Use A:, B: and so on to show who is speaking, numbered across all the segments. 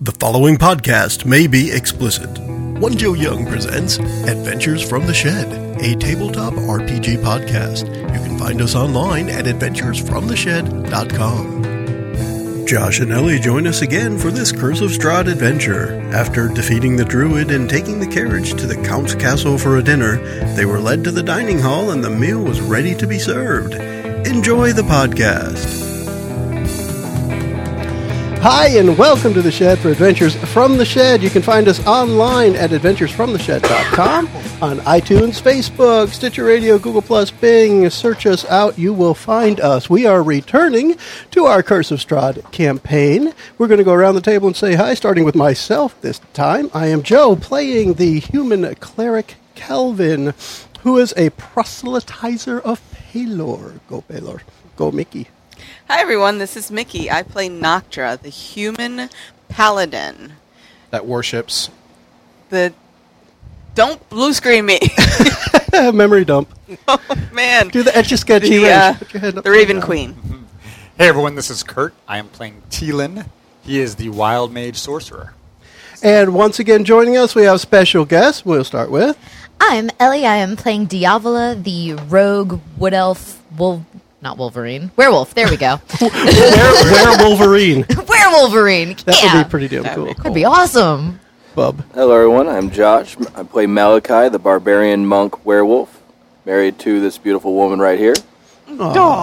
A: The following podcast may be explicit. One Joe Young presents Adventures from the Shed, a tabletop RPG podcast. You can find us online at adventuresfromtheshed.com. Josh and Ellie join us again for this Curse of Strahd adventure. After defeating the druid and taking the carriage to the Count's castle for a dinner, they were led to the dining hall and the meal was ready to be served. Enjoy the podcast. Hi, and welcome to the Shed for Adventures from the Shed. You can find us online at adventuresfromtheshed.com, on iTunes, Facebook, Stitcher Radio, Google Plus, Bing. Search us out; you will find us. We are returning to our Curse of Strahd campaign. We're going to go around the table and say hi, starting with myself this time. I am Joe, playing the human cleric Calvin, who is a proselytizer of Pelor. Go Pelor, go Mickey.
B: Hi everyone, this is Mickey. I play Noctra, the human paladin.
C: that worships.
B: The don't blue screen me,
A: Memory dump.
B: man.
A: Do the etch sketchy.
B: the, uh, the Raven
A: Queen.
B: Queen.
C: Hey everyone, this is Kurt. I am playing Teelan. He is the wild mage sorcerer.
A: And once again, joining us, we have special guests. We'll start with
D: I'm Ellie. I am playing Diavola, the rogue wood elf, wolf, not Wolverine, werewolf. There we go.
A: Where Wolverine.
D: Werewolverine.
A: That
D: yeah.
A: would be pretty damn
B: That'd
A: cool.
B: be
D: That'd be awesome.
A: Bub.
E: Hello, everyone. I'm Josh. I play Malachi, the barbarian monk werewolf, married to this beautiful woman right here.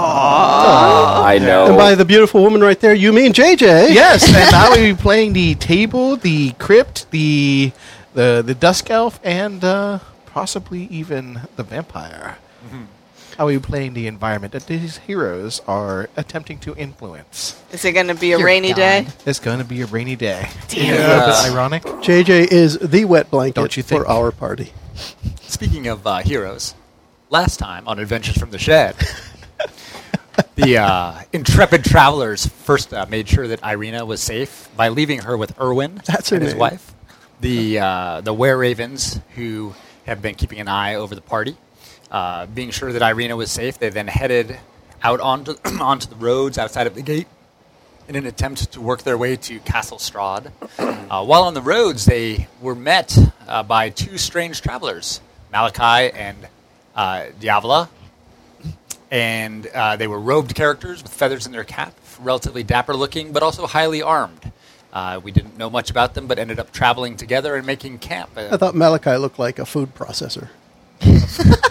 E: I know.
A: And by the beautiful woman right there, you mean JJ.
F: Yes, and now we'll be playing the table, the crypt, the the the dusk elf, and uh, possibly even the vampire.
A: Mm-hmm.
F: How are you playing the environment that these heroes are attempting to influence?
B: Is it going to be a
D: Dear
B: rainy
D: God.
B: day?
F: It's going to be a rainy day.
D: Damn
F: Isn't that
C: Yeah.
F: ironic.
A: JJ is the wet blanket
F: Don't you
A: for
F: think?
A: our party.
C: Speaking of uh, heroes, last time on Adventures from the Shed, the uh, intrepid travelers first uh, made sure that Irina was safe by leaving her with Erwin
A: That's her
C: and his
A: name.
C: wife, the uh, the were ravens who have been keeping an eye over the party, uh, being sure that Irina was safe. They then headed out onto onto the roads outside of the gate in an attempt to work their way to Castle Strahd. Uh, while on the roads, they were met uh, by two strange travelers, Malachi and uh, Diavola. And uh, they were robed characters with feathers in their cap, relatively dapper looking, but also highly armed. Uh, we didn't know much about them, but ended up traveling together and making camp. Uh,
A: I thought Malachi looked like a food processor. he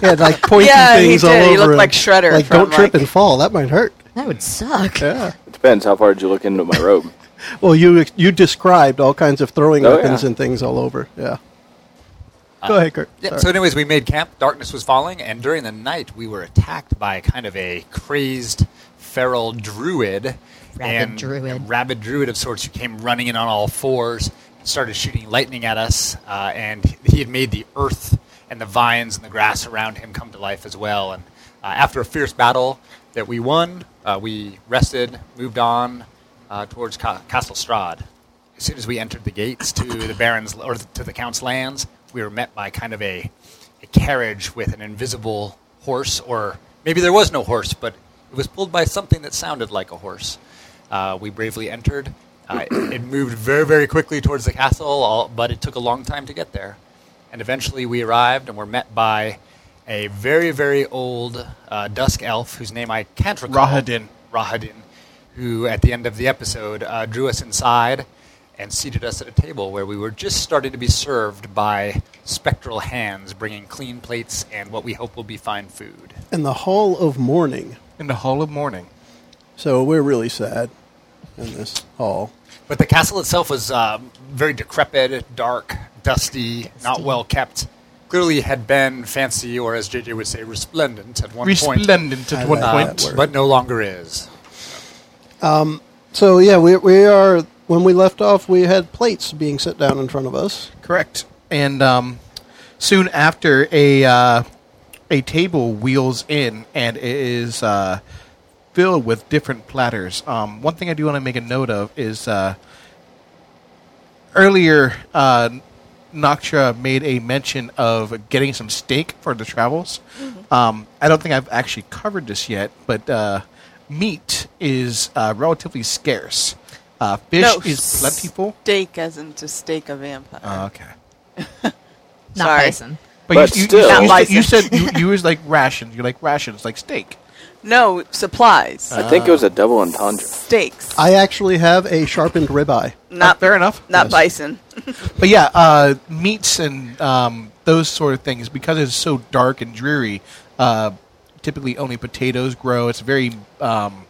A: had like pointy
B: Yeah, he
A: things all
B: did.
A: over
B: He looked
A: him.
B: like Shredder
A: Like,
B: from,
A: don't trip
B: like-
A: and fall. That might hurt.
D: That would suck.
A: Yeah.
E: Depends how far did you look into my robe?
A: Well, you you described all kinds of throwing
E: Oh,
A: weapons
E: yeah.
A: and things all over. Yeah. Go ahead, Kurt.
C: Yeah,
A: Sorry.
C: so, anyways, we made camp. Darkness was falling, and during the night, we were attacked by kind of a crazed feral druid.
D: Rabid
C: and
D: druid.
C: A rabid druid of sorts who came running in on all fours, started shooting lightning at us, uh, and he had made the earth and the vines and the grass around him come to life as well. And uh, after a fierce battle that we won, uh, we rested, moved on uh, towards Ca- Castle Strahd. As soon as we entered the gates to the Baron's or to the Count's lands, we were met by kind of a, a carriage with an invisible horse, or maybe there was no horse, but it was pulled by something that sounded like a horse. Uh, we bravely entered. Uh, it moved very, very quickly towards the castle, all, but it took a long time to get there. And eventually we arrived and were met by a very, very old uh, dusk elf whose name I can't recall.
F: Rahadin.
C: Rahadin, who at the end of the episode uh, drew us inside and seated us at a table where we were just starting to be served by spectral hands bringing clean plates and what we hope will be fine food.
A: In the Hall of Mourning.
F: In the hall of morning.
A: So we're really sad in this hall.
C: But the castle itself was um, very decrepit, dark, dusty, not well kept. Clearly had been fancy, or as JJ would say, resplendent at one point,
F: Resplendent
A: I
F: at one
A: like
C: uh,
A: that
F: point.
A: word.
C: but no longer is.
A: So yeah, we we are when we left off, we had plates being set down in front of us.
F: Correct. And um, soon after, a uh, a table wheels in and it is uh, filled with different platters. Um, one thing I do want to make a note of is uh, earlier uh, Noctra made a mention of getting some steak for the travels. Um, I don't think I've actually covered this yet, but uh, meat is uh, relatively scarce. Uh, fish
B: no,
F: is plentiful.
B: Steak as in to steak a vampire.
F: Uh, okay.
D: Not
B: Sorry.
D: bison.
F: But,
E: But
F: you, you,
E: still-
F: you,
B: Not
F: said- you said you, you was like rations. You like rations, like steak.
B: no, supplies.
E: I think it was a double entendre.
B: Steaks.
A: Uh. I uh, actually have a sharpened ribeye.
B: not
F: fair enough.
B: Not
A: Yes.
B: bison.
F: But yeah, uh, meats and um, those sort of things because it's so dark and dreary. Uh, typically, only potatoes grow. It's a very um,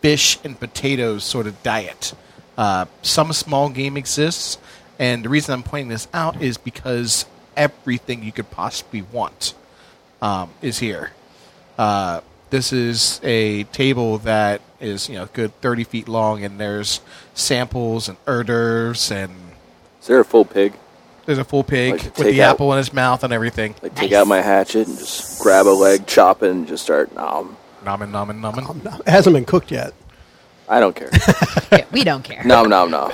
F: fish and potatoes sort of diet. Uh, some small game exists, and the reason I'm pointing this out is because everything you could possibly want um, is here. Uh, this is a table that is you know a good 30 feet long, and there's samples and hors d'oeuvres and
E: Is there a full pig?
F: there's a full pig
E: Like,
F: with
E: take
F: the
E: out-
F: apple in his mouth and everything.
E: Like take out my hatchet and just grab a leg, chop it, and just start nom.
F: Nom and nom and nom and.
A: It hasn't been cooked yet.
E: I don't care.
D: Yeah, we don't care.
E: nom nom nom.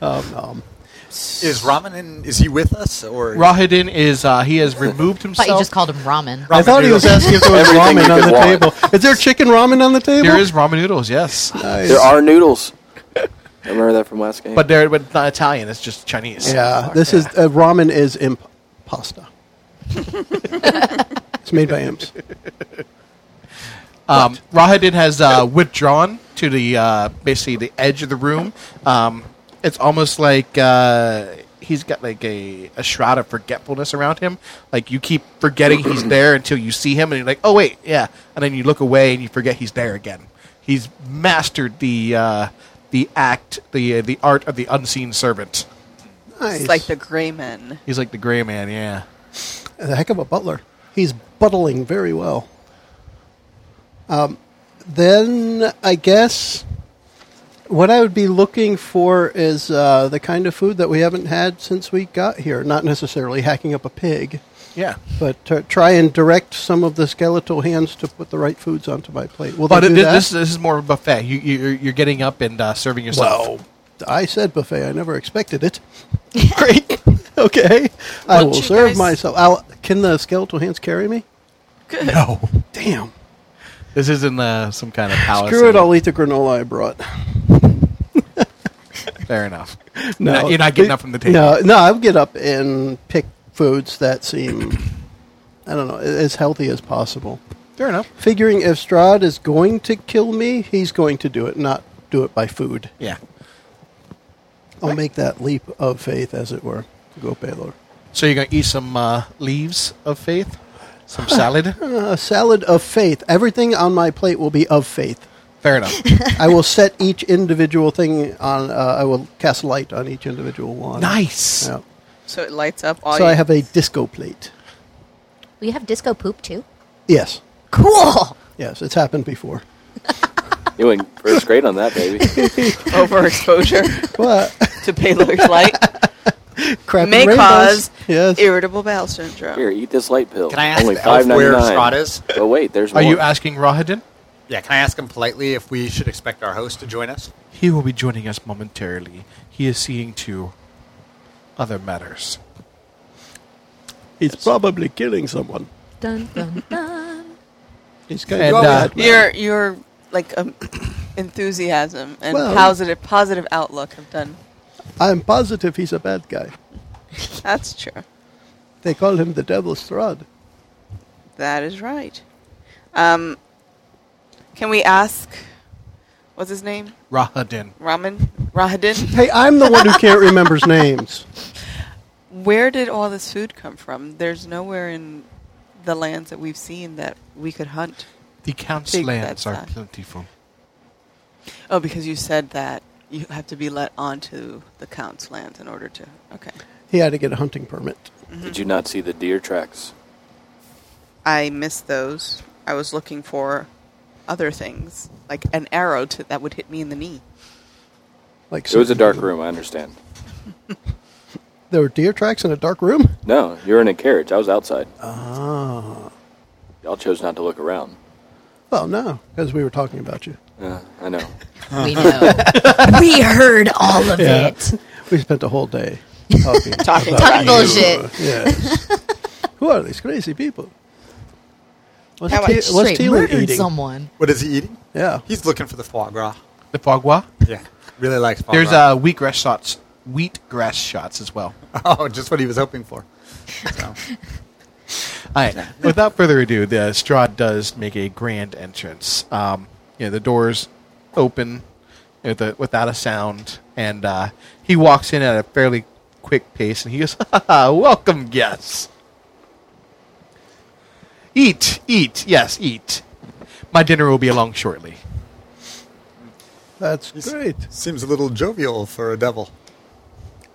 A: Um, um,
C: Is Ramanin, is he with us? or
F: Rahadin is uh, he has removed
D: But you
F: himself.
D: just called him ramen.
A: I thought he was asking if there was
E: Everything
A: ramen
E: you
A: on
E: could
A: the
E: want.
A: table. Is there chicken ramen on the table?
F: there is ramen noodles, yes,
A: Nice.
E: There are noodles. I remember that from last game.
F: but they're but not Italian. It's just Chinese.
A: Yeah, this is uh, ramen is imp- pasta. it's made by imps.
F: Um, Rahadin has uh, withdrawn to the uh, basically the edge of the room. Um, it's almost like uh, he's got like a, a shroud of forgetfulness around him. Like you keep forgetting he's there until you see him, and you're like, oh wait, yeah, and then you look away and you forget he's there again. He's mastered the uh, the act, the uh, the art of the unseen servant.
A: Nice.
B: It's like the gray men.
F: He's like the gray man, yeah.
A: a heck of a butler. He's buttling very well. Um, then I guess what I would be looking for is uh, the kind of food that we haven't had since we got here. Not necessarily hacking up a pig,
F: Yeah.
A: but to try and direct some of the skeletal hands to put the right foods onto my plate. Will
F: But
A: they
F: it,
A: do that?
F: this, this is more of a buffet. You, you, you're- you're getting up and uh, serving yourself.
A: Well, I said buffet. I never expected it. Great. Okay. I
B: Won't
A: will
B: you
A: serve
B: guys-
A: myself. I'll, can the skeletal hands carry me?
B: Good.
F: No.
A: Damn.
F: This isn't uh, some kind of palace.
A: Screw it. I'll eat the granola I brought.
F: Fair enough.
A: No,
F: not- you're not getting up from the table.
A: No, no. I'll get up and pick foods that seem, I don't know, as healthy as possible.
F: Fair enough.
A: Figuring if Strahd is going to kill me, he's going to do it, not do it by food.
F: Yeah.
A: I'll make that leap of faith, as it were. Go, Baylor.
F: So you're gonna eat some uh, leaves of faith, some salad.
A: A salad of faith. Everything on my plate will be of faith.
F: Fair enough.
A: I will set each individual thing on. Uh, I will cast light on each individual one.
F: Nice.
A: Yeah.
B: So it lights up all
A: So
B: you-
A: I have a disco plate.
D: We have disco poop too.
A: Yes,
D: Cool.
A: yes, it's happened before.
E: you went first grade on that, baby.
B: overexposure
A: But
B: to Baylor's light
A: crap
B: may
A: rainbows.
B: cause
A: Yes.
B: irritable bowel syndrome.
E: Here, eat this light pill.
C: Can I ask
E: Only
C: the elf where
E: $5.99.
C: Strahd is?
E: Oh wait, there's
F: Are
E: more.
F: you asking Rahadin?
C: Yeah, can I ask him politely if we should expect our host to join us?
F: He will be joining us momentarily. He is seeing to other matters.
A: He's probably killing someone.
D: Dun, dun, dun.
A: He's
F: And,
A: go
F: uh,
A: mad.
B: Your your like um, enthusiasm and
A: Well-
B: positive positive outlook have done.
A: I'm positive he's a bad guy.
B: That's true.
A: They call him the Devil's Strahd.
B: That is right. Um, can we ask? What's his name?
F: Rahadin.
B: Raman Rahadin.
A: Hey, I'm the one who can't remember names.
B: Where did all this food come from? There's nowhere in the lands that we've seen that we could hunt.
F: The count's
B: Big
F: lands are
B: bedtime.
F: plentiful.
B: Oh, because you said that you have to be let onto the count's lands in order to. Okay,
A: He had to get a hunting permit.
E: Did you not see the deer tracks?
B: I missed those. I was looking for other things, like an arrow to, that would hit me in the knee.
A: Like
E: It was a dark room. I understand.
A: There were deer tracks in a dark room.
E: No, you're in a carriage. I was outside.
A: Ah.
E: Y'all chose not to look around.
A: Well, no, because we were talking about you.
E: Uh, I know.
D: We know. we heard all of
A: Yeah.
D: it.
A: We spent a whole day talking.
B: Talking
A: about
D: Talking
A: you.
D: bullshit.
A: Yes. Who are these crazy people? What's,
B: How
A: Te-
B: about
A: what's
D: Straight
A: Teelan
D: murdered
A: eating?
D: someone.
C: What is he eating?
A: Yeah.
C: He's looking for the foie gras.
F: The foie gras?
C: Yeah. Really likes Paul
F: There's
C: Rudd.
F: uh, wheatgrass shots, wheatgrass shots as well.
C: Oh, just what he was hoping for. So,
F: All right. Without further ado, the Strahd does make a grand entrance. Um, you know, the doors open with a, without a sound, and uh, he walks in at a fairly quick pace, and he goes, "Ha, ha, "Welcome, guests. Eat, eat, yes, eat. My dinner will be along shortly."
A: That's
C: he's-
A: great.
C: Seems a little jovial for a devil.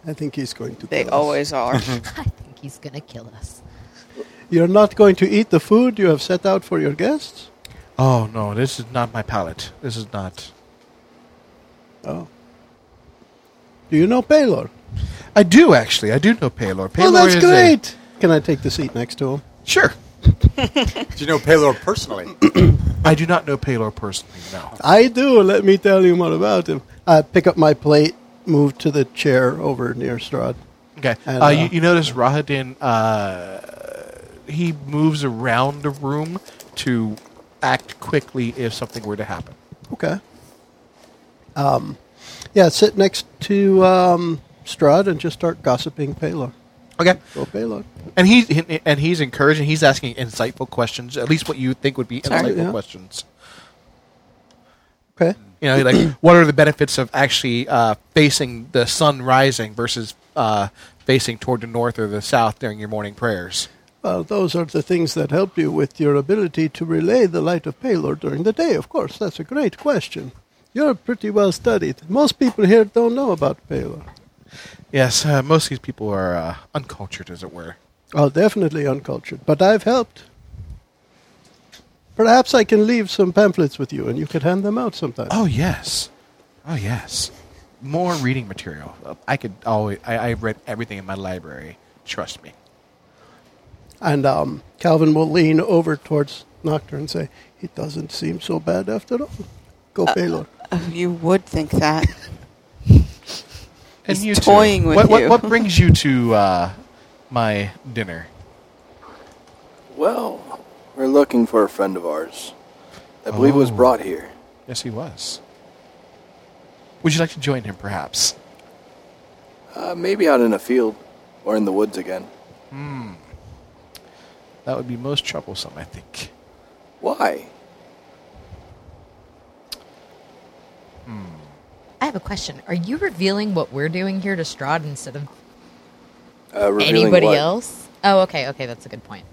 A: I think he's going to.
B: They
A: kill us.
B: always are.
D: I think he's going to kill us.
A: You're not going to eat the food you have set out for your guests.
F: Oh no, this is not my palate. This is not.
A: Oh. Do you know Paylor?
F: I do actually. I do know Paylor. Paylor
A: oh, that's
F: is a-
A: great. Can I take the seat next to him?
F: sure.
C: Do you know Paylor personally?
F: I do not know Paylor personally. No.
A: I do. Let me tell you more about him. I pick up my plate, move to the chair over near Strahd.
F: Okay.
A: And,
F: uh,
A: uh,
F: you, you notice Rahadin, uh, he moves around the room to act quickly if something were to happen.
A: Okay. Um, yeah, sit next to um, Strahd and just start gossiping Paylor.
F: Okay.
A: Go Paylor.
F: And he, he- and he's encouraging. He's asking insightful questions, at least what you think would be
A: Sorry,
F: insightful
A: yeah.
F: questions.
A: Okay.
F: You know, like what are the benefits of actually uh, facing the sun rising versus uh, facing toward the north or the south during your morning prayers?
A: Well, Uh, those are the things that help you with your ability to relay the light of Paylor during the day, of course. That's a great question. You're pretty well studied. Most people here don't know about Paylor.
F: Yes, uh, most of these people are uh, uncultured, as it were.
A: Oh, definitely uncultured, but I've helped. Perhaps I can leave some pamphlets with you and you could hand them out sometime.
F: Oh yes, oh yes. More reading material. Uh, I could always. I, I read everything in my library. Trust me.
A: And um, Calvin will lean over towards Nocturne and say, It doesn't seem so bad after all. Go, Paylor.
B: Oh, you would think that.
F: And
B: He's
F: you too.
B: toying with
F: what,
B: you.
F: What, what brings you to uh, my dinner?
E: Well, we're looking for a friend of ours. I believe was
F: Oh.
E: brought here.
F: Yes, he was. Would you like to join him, perhaps?
E: Uh, maybe out in a field or in the woods again.
F: That would be most troublesome, I think.
E: Why?
D: I have a question. Are you revealing what we're doing here to Strahd instead of
E: Uh, revealing
D: anybody
E: what?
D: else? Oh, okay, okay, that's a good point.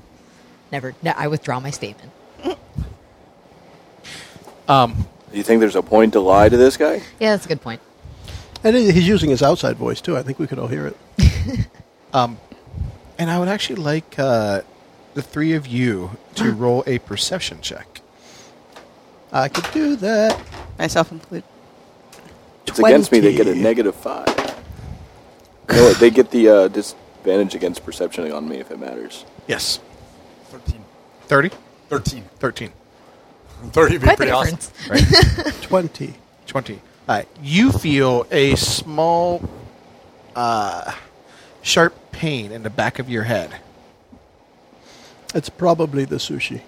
D: Never. No, I withdraw my statement.
F: Um,
E: You think there's a point to lie to this guy?
D: Yeah, that's a good point.
A: And he- he's using his outside voice, too. I think we could all hear it.
F: um, and I would actually like uh, the three of you to roll a perception check.
A: I could do that.
B: Myself included.
E: It's against me. They get a
A: 20.
E: negative five. no, wait, they get the uh, disadvantage against perception on me if it matters.
F: Yes.
C: 13.
F: 30?
C: 13.
F: 13.
C: 30 would be
D: Quite the
C: pretty awesome.
D: difference.
F: Right?
A: 20.
F: 20. Uh, you feel a small, uh, sharp pain in the back of your head.
A: It's probably the sushi.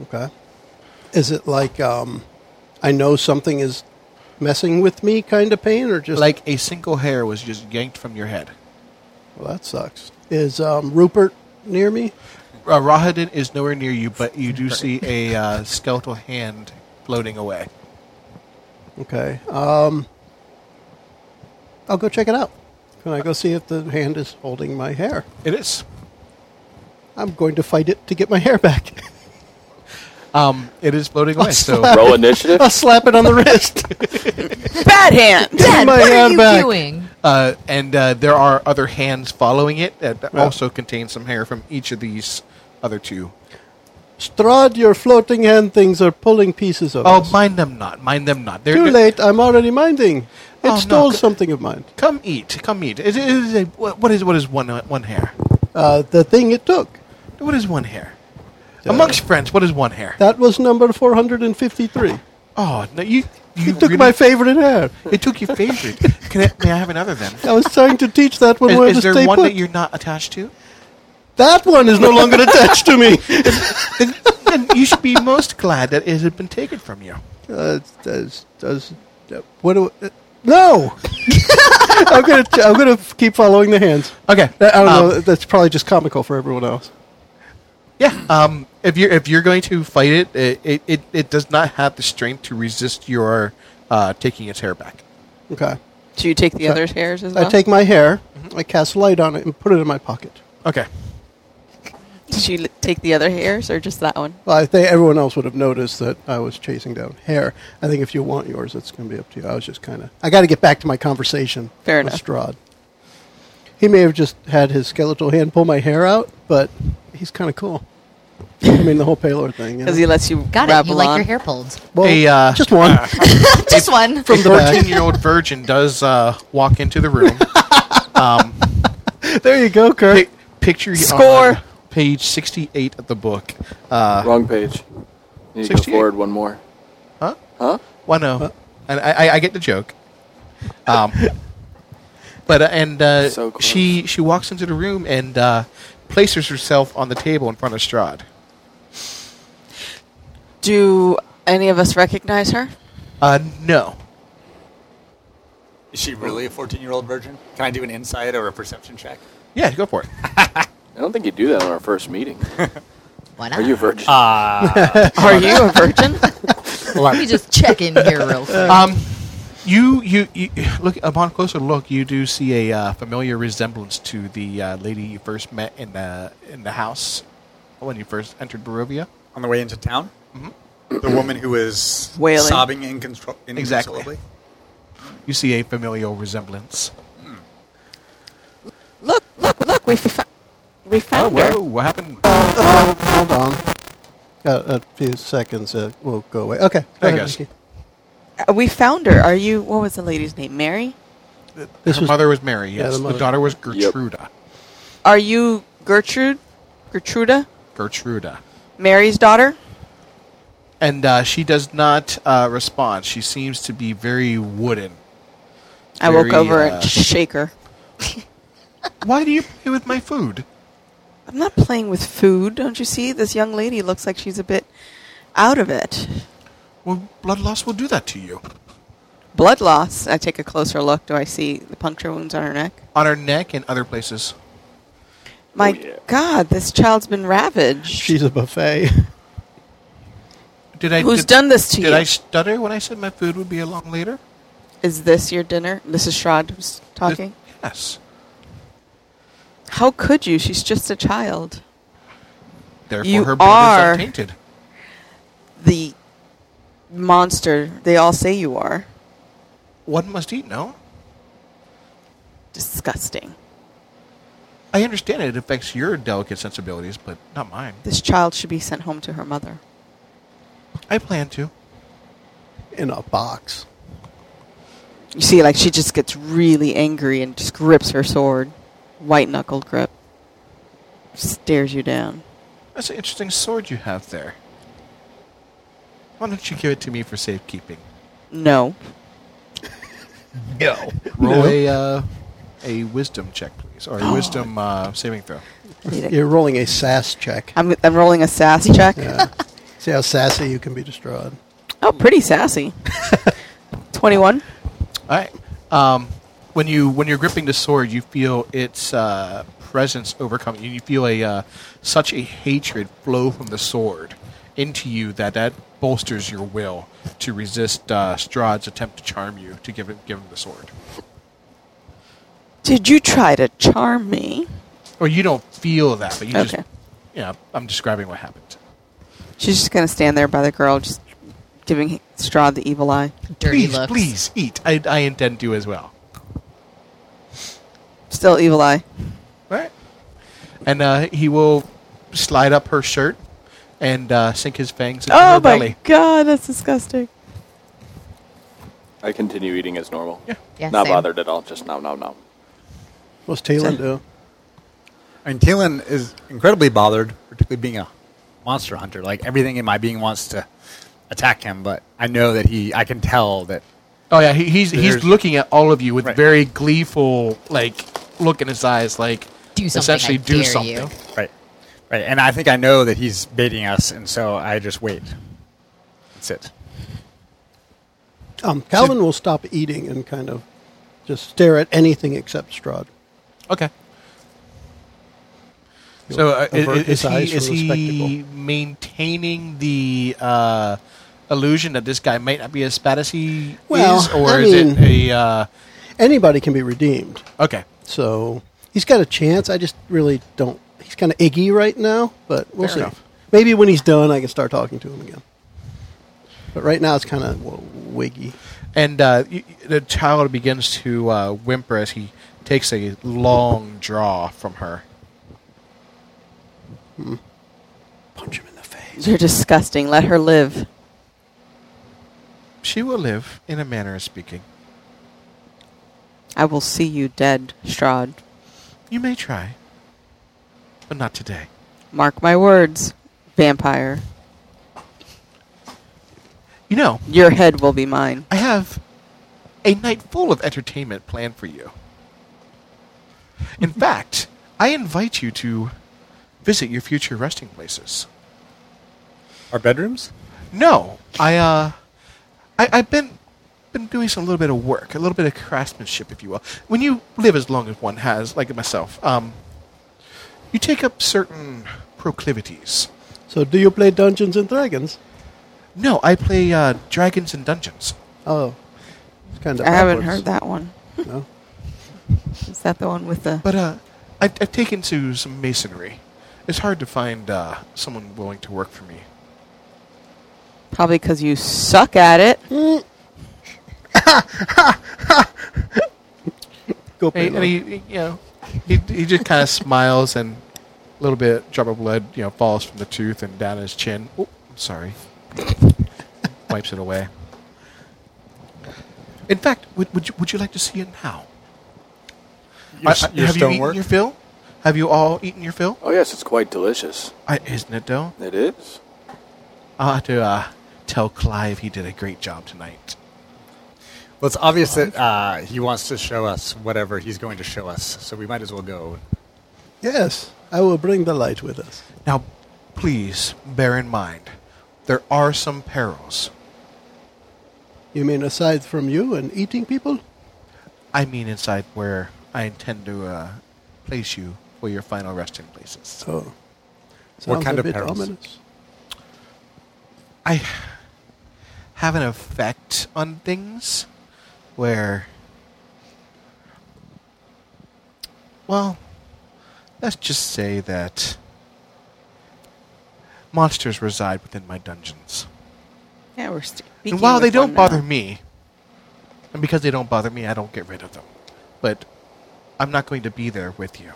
A: Okay. Is it like um, I know something is messing with me kind of pain, or just
F: Like a single hair was just yanked from your head.
A: well, that sucks? Is um, Rupert near me?
F: Uh, Rahadin is nowhere near you, but you do see a uh, skeletal hand floating away.
A: Okay. Um, I'll go check it out. Can I go see if the hand is holding my hair?
F: It is.
A: I'm going to fight it to get my hair back.
F: Um, it is floating away. So,
A: slap
E: Roll
A: it.
E: initiative?
A: I'll slap it on the wrist.
B: Bad hand.
D: Dad,
A: my
D: what
A: hand
D: are you
A: back.
D: doing?
F: uh, and uh, there are other hands following it that also contain some hair from each of these other two.
A: Strad, your floating hand things are pulling pieces of
F: Oh,
A: us.
F: mind them not. Mind them not. They're,
A: Too
F: they're-
A: late. I'm already minding. It
F: Oh, no.
A: stole something of mine.
F: Come eat, come eat. It is a, what what is what is one one hair?
A: Uh, the thing it took.
F: What is one hair? Amongst friends, what is one hair?
A: That was number 453.
F: Oh, no, you you
A: He took
F: really-
A: my favorite hair.
F: It took your favorite. Can I, may I have another then?
A: I was trying to teach that one where
F: Is,
A: to
F: is there
A: stay
F: one
A: put.
F: that you're not attached to?
A: that one is no longer attached to me.
F: Then you should be most glad that it has been taken from you.
A: Uh, it's- it's- it's- What do? uh, no. I'm gonna. I'm gonna f- keep following the hands.
F: Okay.
A: I don't
F: Um,
A: know. That's probably just comical for everyone else.
F: Yeah. Um, if you're if you're going to fight it, it it, it, it does not have the strength to resist your uh, taking its hair back.
A: Okay.
B: Do you take the
A: So-
B: other hairs as well?
A: I take my hair.
B: Mm-hmm.
A: I cast light on it and put it in my pocket.
F: Okay.
B: Did you l- take the other hairs or just that one?
A: Well, I think everyone else would have noticed that I was chasing down hair. I think if you want yours, it's going to be up to you. I was just kind of. I got to get back to my conversation
B: Fair
A: with
B: enough.
A: Strahd. He may have just had his skeletal hand pull my hair out, but he's kind of cool. I mean, the whole Paylor thing. You know?
B: Because he lets you
D: Got it.
B: rabble
D: You like
B: on.
D: your hair pulled.
A: well,
F: Hey, uh,
A: just one.
D: Just one.
F: From
A: the
F: the
A: back.
F: 14 year old virgin does uh, walk into the room. um,
A: there you go, Kurt.
F: pi- picture you
B: Score.
F: on page 68 of the book. Uh,
E: Wrong page. You need to go
F: 68.
E: forward one more.
F: huh?
E: Huh?
F: Why
E: Uh.
F: no? oh. And I, I, I get the joke. Um, but uh, and uh,
E: So close.
F: she she walks into the room and uh, places herself on the table in front of Strahd.
B: Do any of us recognize her?
F: Uh, no,
C: Is she really a 14 year old virgin? Can I do an insight or a perception check?
F: yeah, go for it.
E: I don't think you do that on our first meeting.
D: Why not?
E: Are you a virgin?
F: Ah.
B: Are you a virgin?
D: Let me just check in here real quick.
F: Um, you, you you look upon closer look, you do see a uh, familiar resemblance to the uh, lady you first met in the in the house when you first entered Barovia.
C: On the way into town?
D: Mm-hmm.
C: The woman who is
B: Wailing.
C: sobbing inconstro-
F: Exactly.
C: inconsolably?
F: You see a familial resemblance.
B: look, look, look, we, fa- we
F: Oh,
B: found her.
F: what happened?
A: Hold on. Got Uh, a few seconds. Uh, will go away. Okay. Go
F: There it
A: ahead,
F: goes.
A: Nikki.
B: Uh, We found her. Are you, what was the lady's name? Mary?
A: This
F: Her
A: was
F: mother was Mary.
A: Yeah,
F: Yes,
A: the
F: the,
A: mother.
F: daughter was Gertruda.
B: Are you Gertrude? Gertruda?
F: Gertruda,
B: Mary's daughter?
F: and uh, she does not uh, respond. She seems to be very wooden.
B: I woke
F: Very,
B: over
F: uh,
B: and shake her.
F: Why do you play with my food?
B: I'm not playing with food, don't you see? This young lady looks like she's a bit out of it.
F: Well, blood loss will do that to you.
B: Blood loss. I take a closer look. Do I see the puncture wounds on her neck?
F: On her neck and other places.
B: My
E: yeah.
B: God, this child's been ravaged.
A: She's a buffet.
F: Did I?
B: Who's
F: did-
B: done this to
F: Did
B: you?
F: I stutter when I said my food would be along later?
B: Is this your dinner? This is Shrod who's talking.
F: Yes.
B: How could you? She's just a child.
F: Therefore,
B: You
F: her blood
B: are-
F: is untainted.
B: The monster they all say you are.
F: One must eat, no?
B: Disgusting.
F: I understand it affects your delicate sensibilities, but not mine.
B: This child should be sent home to her mother.
F: I plan to.
A: in a box.
B: You see, like she just gets really angry and just grips her sword, white knuckled grip, stares you down.
F: That's an interesting sword you have there. Why don't you give it to me for safekeeping?
B: No,
F: No. Roll a uh, a wisdom check, please, or a wisdom uh, saving throw.
A: You're rolling a sass check.
B: I'm I'm rolling a sass check.
A: Yeah. See how sassy you can be destroyed.
B: Oh, pretty sassy. Twenty one.
F: All right. Um, when you when you're gripping the sword, you feel its uh, presence overcome you. You feel a uh, such a hatred flow from the sword into you that that bolsters your will to resist uh, Strahd's attempt to charm you to give him give him the sword.
B: Did you try to charm me?
F: Or you don't feel that, but you just
B: Okay.
F: yeah. I'm describing what happened.
B: She's just gonna stand there by the girl, just giving Strahd the evil eye.
D: Dirty
F: please,
D: looks.
F: please eat. I, I intend to as well.
B: Still evil eye.
F: Right. And uh, he will slide up her shirt and uh, sink his fangs into
B: Oh my
F: her belly.
B: god, that's disgusting.
E: I continue eating as normal.
F: Yeah.
D: Yeah,
E: Not
D: same.
E: bothered at all. Just nom nom nom.
A: What's Talon do?
C: I mean, Talon is incredibly bothered, particularly being a monster hunter. Like everything in my being wants to attack him, but I know that he. I can tell that
F: Oh yeah, he, he's he's
C: There's-
F: looking at all of you with
C: Right.
F: very gleeful like look in his eyes, like
D: Do something,
F: essentially
D: I
F: do
D: dare
F: something.
D: you.
C: Right. Right. And I think I know that he's baiting us, and so I just wait. That's it.
A: Um, Calvin will stop eating and kind of just stare at anything except Strahd.
F: Okay. So uh, i- i-
A: avert his
F: is,
A: eyes from
F: he, is
A: the
F: he maintaining the uh, illusion that this guy might not be as bad as he
A: Well,
F: is, or
A: I
F: is
A: mean-
F: it a uh,
A: Anybody can be redeemed,
F: okay?
A: so he's got a chance. I just really don't. He's kind of iggy right now, but we'll
F: Fair
A: see.
F: enough.
A: Maybe when he's done, I can start talking to him again. But right now, it's kind of wiggy.
F: And uh, y- y- the child begins to uh, whimper as he takes a long draw from her.
A: Punch him in the face.
B: You're disgusting. Let her live.
F: She will live, in a manner of speaking.
B: I will see you dead, Strahd.
F: You may try, but not today.
B: Mark my words, vampire.
F: You know,
B: Your head will be mine.
F: I have a night full of entertainment planned for you. In fact, I invite you to visit your future resting places.
G: Our bedrooms?
F: No, I uh, I, I've been been doing some little bit of work, a little bit of craftsmanship, if you will. When you live as long as one has, like myself, um, you take up certain proclivities.
A: So, do you play Dungeons and Dragons?
F: No, I play uh, Dragons and Dungeons.
A: Oh, it's kind of.
B: I haven't heard that one.
A: No?
B: Is that the one with the?
F: But uh, I've, I've taken to some masonry. It's hard to find uh, someone willing to work for me.
B: Probably because you suck at it.
A: Go play.
F: And, and he, he, you know, he, he just kind of smiles and a little bit drop of blood, you know, falls from the tooth and down his chin. Oh, I'm sorry. Wipes it away. In fact, would, would, you, would you like to see it now?
G: Your,
F: I- I-
G: your
F: have you eaten
G: stonework?
F: your fill? Have you all eaten your fill?
E: Oh, yes, it's quite delicious.
F: I, isn't it though?
E: It is.
F: I'll have to uh, tell Clive he did a great job tonight.
C: Well, it's obvious that uh, he wants to show us whatever he's going to show us, so we might as well go.
A: Yes, I will bring the light with us.
F: Now, please bear in mind, there are some perils.
A: You mean aside from you and eating people?
F: I mean, inside where I intend to uh, place you for your final resting places.
A: So,
C: What
A: sounds
C: kind
A: a
C: of
A: bit
C: perils?
A: ominous.
F: I have an effect on things where, well, let's just say that monsters reside within my dungeons.
B: Yeah, we're speaking.
F: And while they
B: with
F: don't
B: one
F: bother
B: now.
F: me, and because they don't bother me, I don't get rid of them. But I'm not going to be there with you.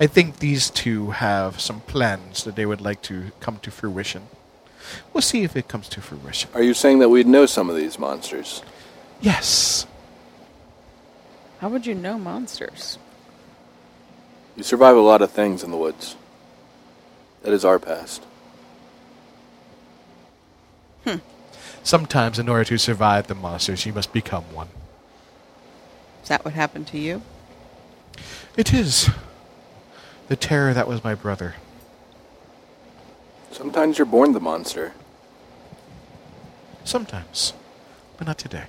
F: I think these two have some plans that they would like to come to fruition. We'll see if it comes to fruition.
E: Are you saying that we'd know some of these monsters?
F: Yes.
B: how would you know monsters?
E: You survive a lot of things in the woods. That is our past.
F: Sometimes, in order to survive the monsters, you must become one.
B: Is that what happened to you?
F: It is the terror that was my brother.
E: Sometimes you're born the monster.
F: Sometimes, but not today.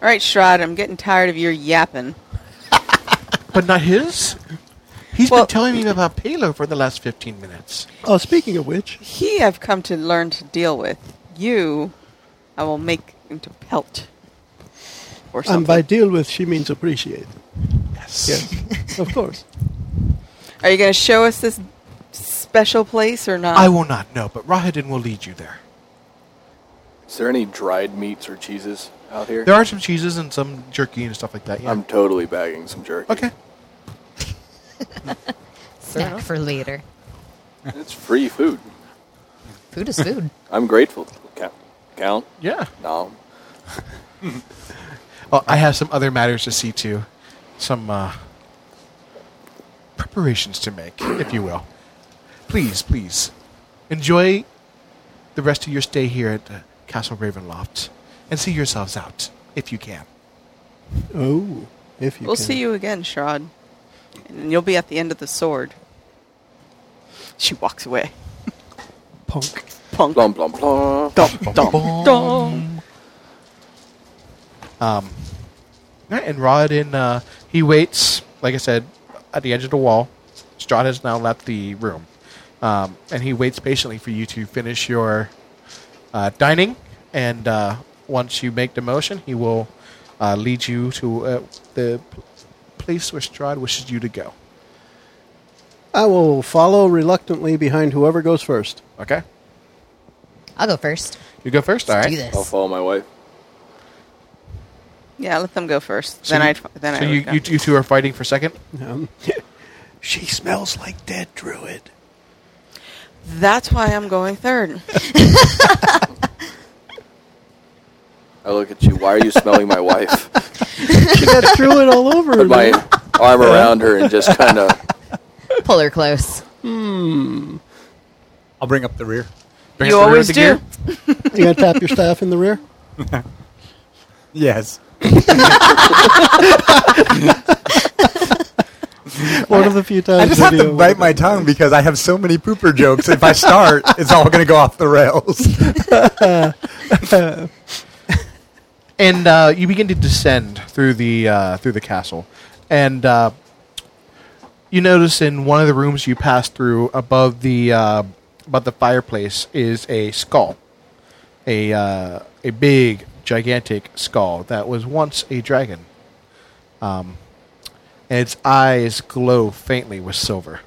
B: All right, Strahd, I'm getting tired of your yapping.
F: But not his? He's
B: Well-
F: been telling me about Palo for the last 15 minutes.
A: Oh, speaking of which,
B: He I've come to learn to deal with. You, I will make into pelt. Or
A: and
B: something.
A: by deal with, she means appreciate.
F: Yes.
A: Yes, of course.
B: Are you going to show us this special place or not?
F: I will not know, but Rahadin will lead you there.
E: Is there any dried meats or cheeses out here?
F: There are some cheeses and some jerky and stuff like that. Yeah.
E: I'm totally bagging some jerky.
F: okay.
D: Snack for later.
E: It's free food.
D: Food is food.
E: I'm grateful. Count. Count?
F: Yeah.
E: No.
F: Well, Oh, I have some other matters to see to, some uh, preparations to make, if you will. Please, please, enjoy the rest of your stay here at uh, Castle Ravenloft, and see yourselves out if you can.
A: Oh, if you
B: we'll
A: can.
B: see you again, Strahd. And you'll be at the end of the sword. She walks away.
A: punk.
B: Punk.
E: Blum, blum, blum.
B: Dum, dum, dum.
F: Um, right, and Rodin, uh, he waits, like I said, at the edge of the wall. Strahd has now left the room. Um, and he waits patiently for you to finish your uh, dining. And uh, once you make the motion, he will uh, lead you to uh, the pl- place where Strahd wishes you to go.
A: I will follow reluctantly behind whoever goes first.
F: Okay?
D: I'll go first.
F: You go first? All
D: Let's
F: right.
D: do
E: I'll
D: this.
E: follow my wife.
B: Yeah, let them go first.
F: So
B: then
F: you-
B: I then
F: so
B: I
F: you,
B: would go.
F: you, you two are fighting for second?
A: Um, she smells like dead druid.
B: That's why I'm going third.
E: I look at you. Why are you smelling my wife?
A: She got druid all over her.
E: Put my arm around her and just kind of.
D: Pull her close.
C: I'll bring up the rear.
F: Bring
B: you
F: up the rear
B: always
F: of
B: do.
F: the gear.
A: You gonna tap your staff in the rear?
G: Yes.
A: One of the few times.
G: I just have to
A: video-
G: bite my tongue because I have so many pooper jokes. If I start, it's all going to go off the rails.
F: and uh, you begin to descend through the uh, through the castle, and uh, you notice in one of the rooms you pass through above the uh, above the fireplace is a skull, a uh, a big gigantic skull that was once a dragon, um, and its eyes glow faintly with silver.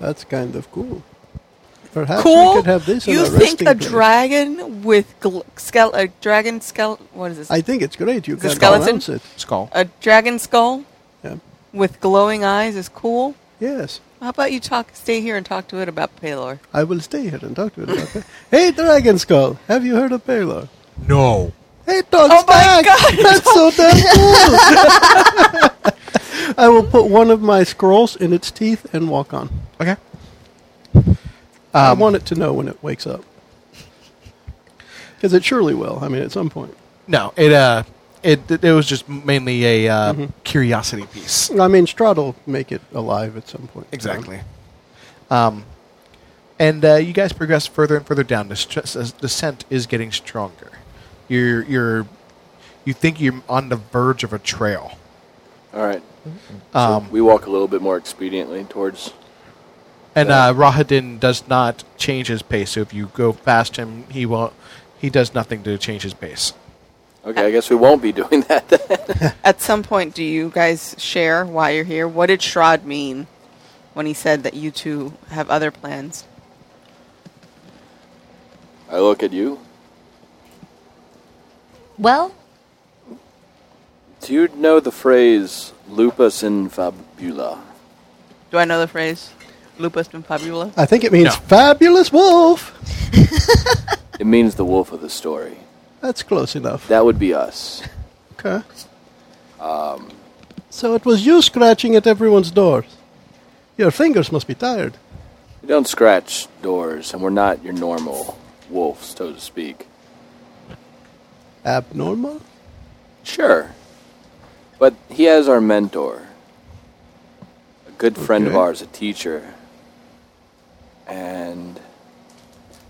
A: That's kind of cool. Perhaps
B: cool.
A: we could have this. in
B: you
A: our
B: think
A: resting
B: a
A: place.
B: dragon with gl- skele- a dragon skull? What is this?
A: I think it's great. You
B: The
A: can
B: skeleton?
A: announce it.
F: Skull.
B: a dragon skull
A: Yeah.
B: with glowing eyes is cool.
A: Yes,
B: How about you talk? Stay here and talk to it about Palor.
A: I will stay here and talk to it about that. Hey, dragon skull, have you heard of Baylor?
G: no.
A: Hey, talks
B: Oh my
A: back.
B: God.
A: That's so damn cool. I will put one of my scrolls in its teeth and walk on.
F: Okay.
A: I
F: Um,
A: want it to know when it wakes up. Because it surely will. I mean, at some point.
F: No, it uh, it it was just mainly a uh, curiosity piece.
A: I mean, Strahd will make it alive at some point.
F: Exactly. Um, and uh, you guys progress further and further down. The stress, uh, descent is getting stronger. You're you're you think you're on the verge of a trail.
E: All right.
F: Um,
E: We walk a little bit more expediently towards.
F: and uh, Rahadin does not change his pace. So if you go past him, he won't. He does nothing to change his pace.
E: Okay, I guess we won't be doing that then.
B: At some point, do you guys share why you're here? What did Shrod mean when he said that you two have other plans?
E: I look at you.
D: Well,
E: Do you know the phrase lupus in fabula?
B: Do I know the phrase "lupus in fabula"?
A: I think it means
F: No.
A: fabulous wolf.
E: It means the wolf of the story.
A: That's close enough.
E: That would be us.
A: Okay. Um,
F: Um,
A: so it was you scratching at everyone's doors. Your fingers must be tired.
E: We don't scratch doors, and we're not your normal wolves, so to speak.
A: Abnormal?
E: Sure. But he has our mentor, a good friend of
A: Okay.
E: ours, a teacher. And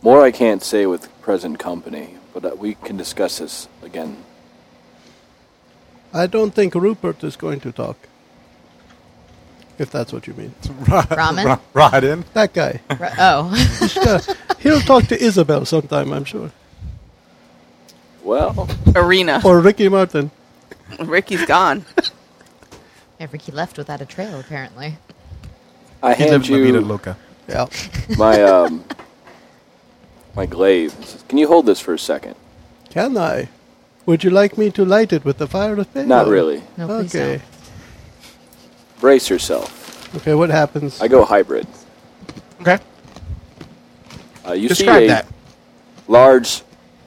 E: more I can't say with present company, but uh, we can discuss this again.
A: I don't think Rupert is going to talk. If that's what you mean.
D: ramen.
G: Rodin.
A: That guy.
D: Ra- oh,
A: Yeah, he'll talk to Isabel sometime, I'm sure.
E: Well,
B: Arena.
A: Or Ricky Martin.
B: Ricky's gone.
D: yeah, Ricky left without a trail apparently.
E: I
F: He
E: hand
F: lives in La Vida
E: you
F: Loca.
A: Yeah.
E: my um, my glaive. Can you hold this for a second?
A: Can I? Would you like me to light it with the fire of Baylor?
E: Not really.
D: No, please
A: Okay.
E: Brace yourself.
A: Okay, what happens?
E: I go hybrid.
F: Okay,
E: Uh, you
F: describe
E: see a
F: that.
E: large,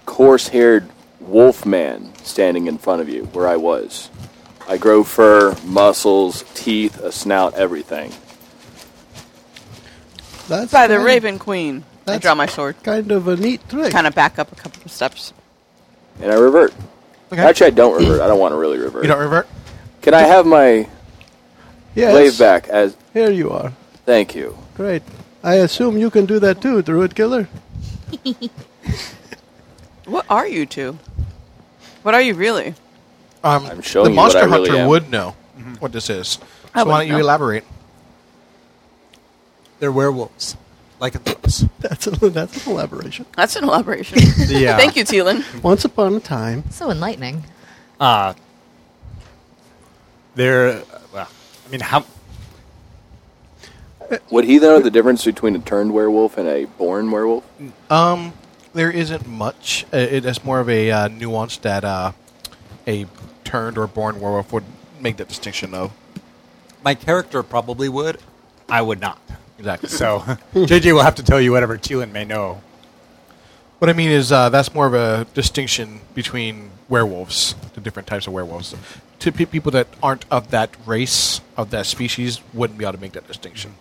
E: coarse-haired wolf man standing in front of you, where I was. I grow fur, muscles, teeth, a snout, everything.
A: That's
B: By the
A: kind-
B: Raven Queen. I
A: That's-
B: draw my sword.
A: Kind of a neat trick.
B: Kind of back up a couple of steps.
E: And I revert.
F: Okay,
E: Actually, I don't revert. I don't want to really revert.
F: you don't revert.
E: Can I have my
A: yes.
E: glaive back? As
A: Here you are.
E: thank you.
A: Great. I assume you can do that too, Druid Killer.
B: What are you two? What are you really?
F: Um,
E: I'm showing
F: the
E: you what
F: monster
E: I really
F: hunter
E: am.
F: would know what this is.
B: I
F: So why
B: wouldn't
F: don't you
B: know.
F: elaborate?
G: They're werewolves, lycanthropes.
A: That's a, that's an elaboration.
B: That's an elaboration.
G: Yeah.
B: Thank you, Teelan.
A: Once upon a time,
D: So enlightening.
C: Uh, they're well. I mean, how
E: Would he know the difference between a turned werewolf and a born werewolf?
F: Um, there isn't much. Uh, It is more of a uh, nuance that uh, a turned or born werewolf would make that distinction of.
G: My character probably would.
C: I would not.
F: Exactly.
C: So JJ will have to tell you whatever Teelan may know.
F: What I mean is uh, that's more of a distinction between werewolves, the different types of werewolves. To pe- people that aren't of that race, of that species, wouldn't be able to make that distinction.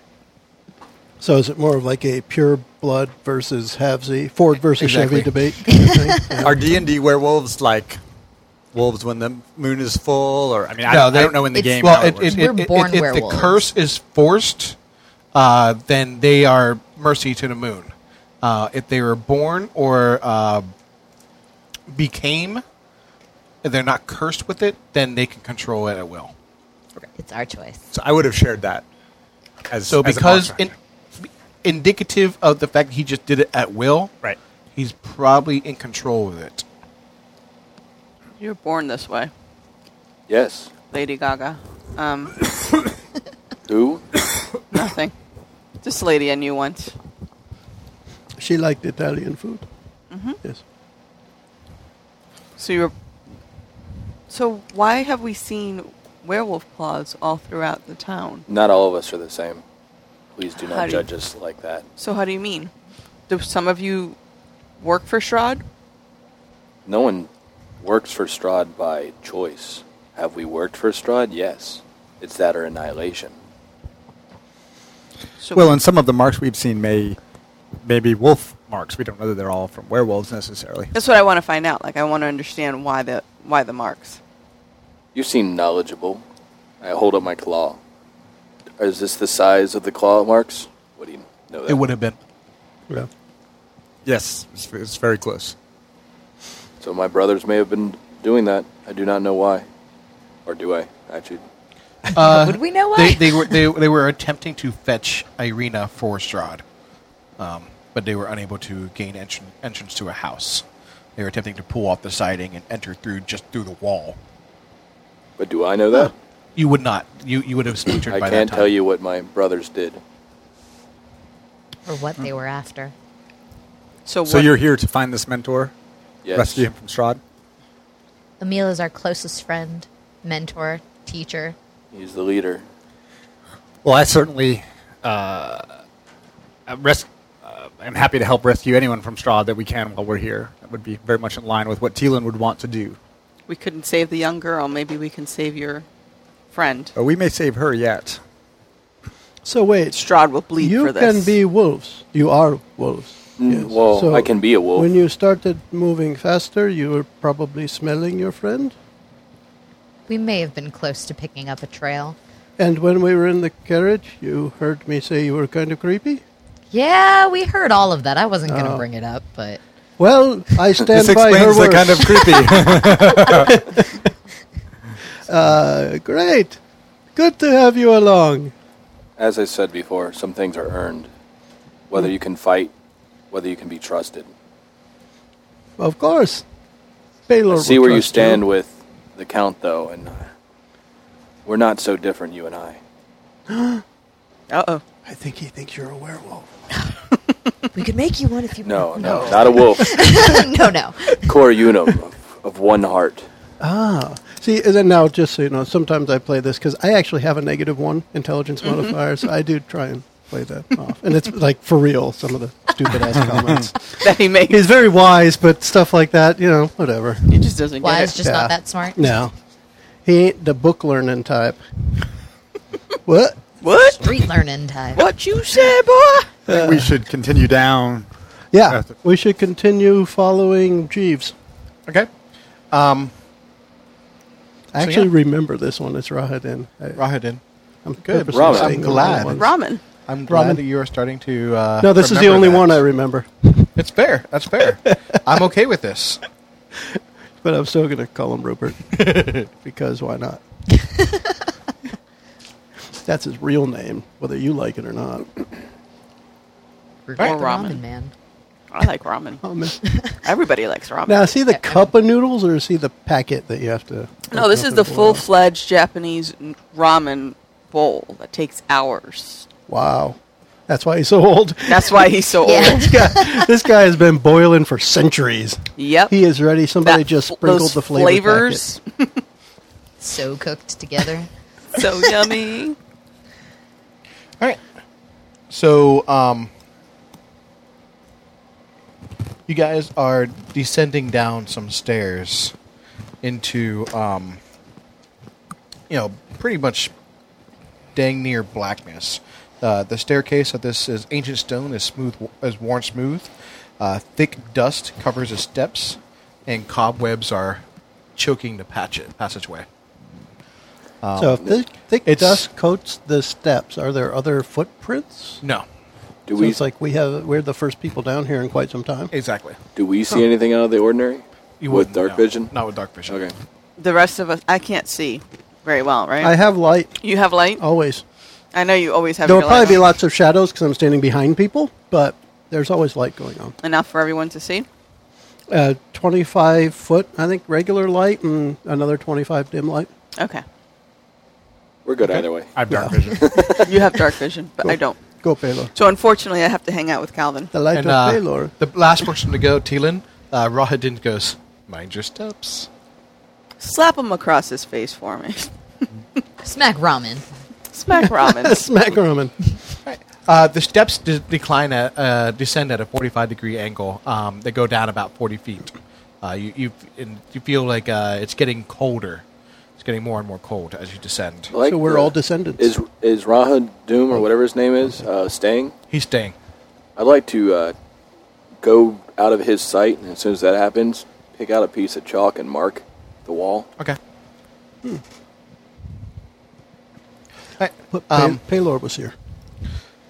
A: so is it more of like a pure blood versus Havsy, Ford versus
F: Exactly.
A: Chevy debate? Kind of thing? Yeah.
G: Are D and D werewolves like wolves when the moon is full? Or I mean, I,
F: No,
G: don't- I
F: they-
G: don't know in the
D: It's-
G: game.
F: Well,
G: how
F: it,
G: it works.
F: it,
D: We're
F: it- it-
D: born
F: it- if the
D: werewolves.
F: curse is forced, uh, then they are mercy to the moon. Uh, if they were born or uh, became, if they're not cursed with it, then they can control it at will.
D: It's our choice.
G: So I would have shared that. As,
F: So
G: as a
F: because
G: monster
F: in,
G: hunter.
F: indicative of the fact that he just did it at will,
C: Right.
F: he's probably in control with it.
B: You were born this way,
E: Yes.
B: Lady Gaga. Um,
E: Who?
B: nothing. This lady I knew once.
A: She liked Italian food.
E: Mm-hmm.
A: Yes.
B: So you were. So why have we seen werewolf claws all throughout the town?
E: Not all of us are the same. Please do
B: How
E: not
B: do you-
E: judge us like that.
B: So how do you mean? Do some of you work for Shroud?
E: No one works for Strahd by choice. Have we worked for Strahd? Yes. It's that or annihilation.
B: So
G: well, and some of the marks we've seen may may be wolf marks. We don't know that they're all from werewolves necessarily.
B: that's what I want to find out. Like I want to understand why the why the marks.
E: You seem knowledgeable. I hold up my claw. Is this the size of the claw marks? What do you know? That?
F: It would have been.
A: Yeah.
G: Yes, it's, it's very close.
E: So my brothers may have been doing that. I do not know why, or do I? Actually,
D: Would we know
F: They,
D: why?
F: they were they, they were attempting to fetch Irina for Strahd, um, but they were unable to gain entr- entrance to a house. They were attempting to pull off the siding and enter through just through the wall.
E: but do I know that?
F: You would not. You you would have splintered
E: I
F: Oh, by
E: can't
F: that time.
E: tell you what my brothers did.
D: or what they were after.
B: So,
G: So
B: what,
G: you're here to find this mentor,
E: Yes.
G: rescue him from Strahd.
D: Emil is our closest friend, mentor, teacher.
E: He's the leader.
C: Well, I certainly uh, uh, res- uh, am happy to help rescue anyone from Strahd that we can while we're here. That would be very much in line with what Teelan would want to do.
B: we couldn't save the young girl. Maybe we can save your friend.
A: Oh.
G: But Uh, we may save her yet.
A: So wait,
B: Strahd will bleed
A: you
B: for this.
A: can be wolves. You are wolves.
E: Mm, well, I can be a wolf.
A: When you started moving faster, you were probably smelling your friend.
D: We may have been close to picking up a trail.
A: And when we were in the carriage, you heard me say you were kind of creepy.
D: Yeah, we heard all of that. I wasn't going to bring it up, but
A: Well, I stand
G: this
A: by her
G: explains the
A: words.
G: kind of creepy.
A: uh, great, good to have you along.
E: As I said before, some things are earned. Whether you can fight, whether you can be trusted.
A: Of course, Baylor.
E: I
A: will
E: see where you
A: trust
E: stand with the count, though, and uh, we're not so different, you and I.
B: Uh oh.
A: I think he thinks you're a werewolf.
D: we could make you one if you
E: No, no, not a wolf.
D: no, no.
E: Core unum of, of one heart.
A: Ah, see, and then now just so you know, sometimes I play this because I actually have a negative one intelligence modifier, so I do try and play that off, and it's like for real. Some of the stupid ass comments.
B: That he made.
A: He's very wise, but stuff like that, you know, whatever.
B: He just doesn't
D: Why
B: get
D: is
B: it.
D: just
A: Yeah.
D: not that smart?
A: No, he ain't the book learning type. what?
B: what?
D: Street learning type.
B: What you say, boy?
G: we should continue down.
A: Yeah, we should continue following Jeeves.
F: Okay. Um,
A: I
F: So,
A: actually
F: yeah.
A: remember this one. It's Rahadin. I,
F: Rahadin.
A: I'm
F: Good.
A: purposely
E: Ramen.
A: saying
F: I'm
A: the wrong
F: glad.
A: ones.
B: Ramen.
F: I'm glad
A: Ramen.
F: that you are starting to. Uh,
A: No, this is the
F: remember
A: only
F: that.
A: one I remember,
F: It's fair. That's fair. I'm okay with this.
A: but I'm still going to call him Rupert because why not? That's his real name, whether you like it or not.
D: Or
B: Or ramen.
D: ramen man.
B: I like ramen.
A: Oh, man.
B: Everybody likes ramen.
A: Now, is he the
B: Yeah.
A: cup of noodles or is he the packet that you have to?
B: No,
A: open
B: this is
A: up
B: the
A: and boil?
B: full fledged Japanese n- ramen bowl that takes hours.
A: Wow, that's why he's so old.
B: That's why he's so
D: Yeah.
B: old.
A: this guy, this guy has been boiling for centuries.
B: Yep.
A: He is ready. Somebody
B: That
A: just
B: fl-
A: sprinkled
B: those
A: the flavor
B: flavors.
D: So cooked together.
B: so yummy.
F: All right. So, um, you guys are descending down some stairs into, um, you know, pretty much dang near blackness. Uh, the staircase of this is ancient stone is smooth is worn smooth. Uh, thick dust covers the steps, and cobwebs are choking the patch- passageway.
A: packet. So if this thick
F: It's-
A: dust coats the steps, are there other footprints?
F: No,
E: Do
A: so
E: we
A: it's like we have we're the first people down here in quite some time.
F: exactly.
E: do we see anything out of the ordinary
F: You
E: with
F: wouldn't,
E: dark
F: no.
E: vision?
F: Not with dark vision.
E: Okay.
B: The rest of us, I can't see very well, right?
A: I Oh, have light
B: you have light?
A: always.
B: I know you always have
A: There will
B: your light.
A: probably be
B: on.
A: lots of shadows because I'm standing behind people, but there's always light going on.
B: Enough for everyone to see?
A: Uh, 25 foot, I think, regular light and another 25 dim light.
B: Okay.
E: We're good either way.
G: I have dark
A: Yeah.
G: vision.
B: You have dark vision, but
A: Cool.
B: I don't.
A: Go, Palo.
B: So unfortunately, I have to hang out with Calvin.
A: The light
F: And,
A: of
F: uh,
A: Pelor.
F: The last person to go, Teelan, uh, Rahadin goes, Mind your steps.
B: Slap him across his face for me.
D: Smack ramen.
B: Smack ramen.
A: Smack Roman.
F: Uh, the steps de- decline at, uh, descend at a 45 degree angle. Um, they go down about 40 feet. Uh, you, you, and you feel like uh, it's getting colder. It's getting more and more cold as you descend.
E: I like
A: so we're
E: the-
A: all descendants. Oh.
E: Is is Raha Doom or whatever his name is uh, staying?
F: He's staying.
E: I'd like to uh, go out of his sight, and as soon as that happens, pick out a piece of chalk and mark the wall.
F: Okay.
E: Hmm.
F: All right.
A: But
F: Um,
A: Pe- Pelor was here.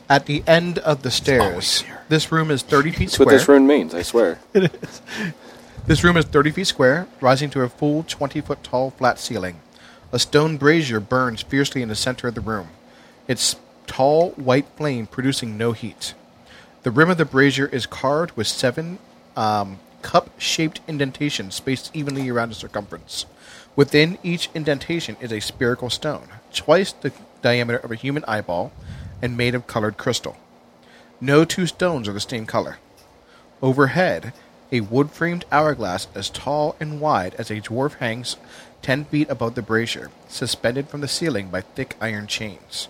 F: at the end of the stairs, this room is 30 feet
E: That's
F: square.
E: what this rune means. I swear.
F: This room is 30 feet square, rising to a full 20 foot tall flat ceiling. A stone brazier burns fiercely in the center of the room, its tall white flame producing no heat. The rim of the brazier is carved with seven um, cup shaped indentations spaced evenly around the circumference. Within each indentation is a spherical stone, twice the diameter of a human eyeball and made of colored crystal. No two stones are the same color. Overhead, a wood framed hourglass as tall and wide as a dwarf hangs ten feet above the brazier, suspended from the ceiling by thick iron chains.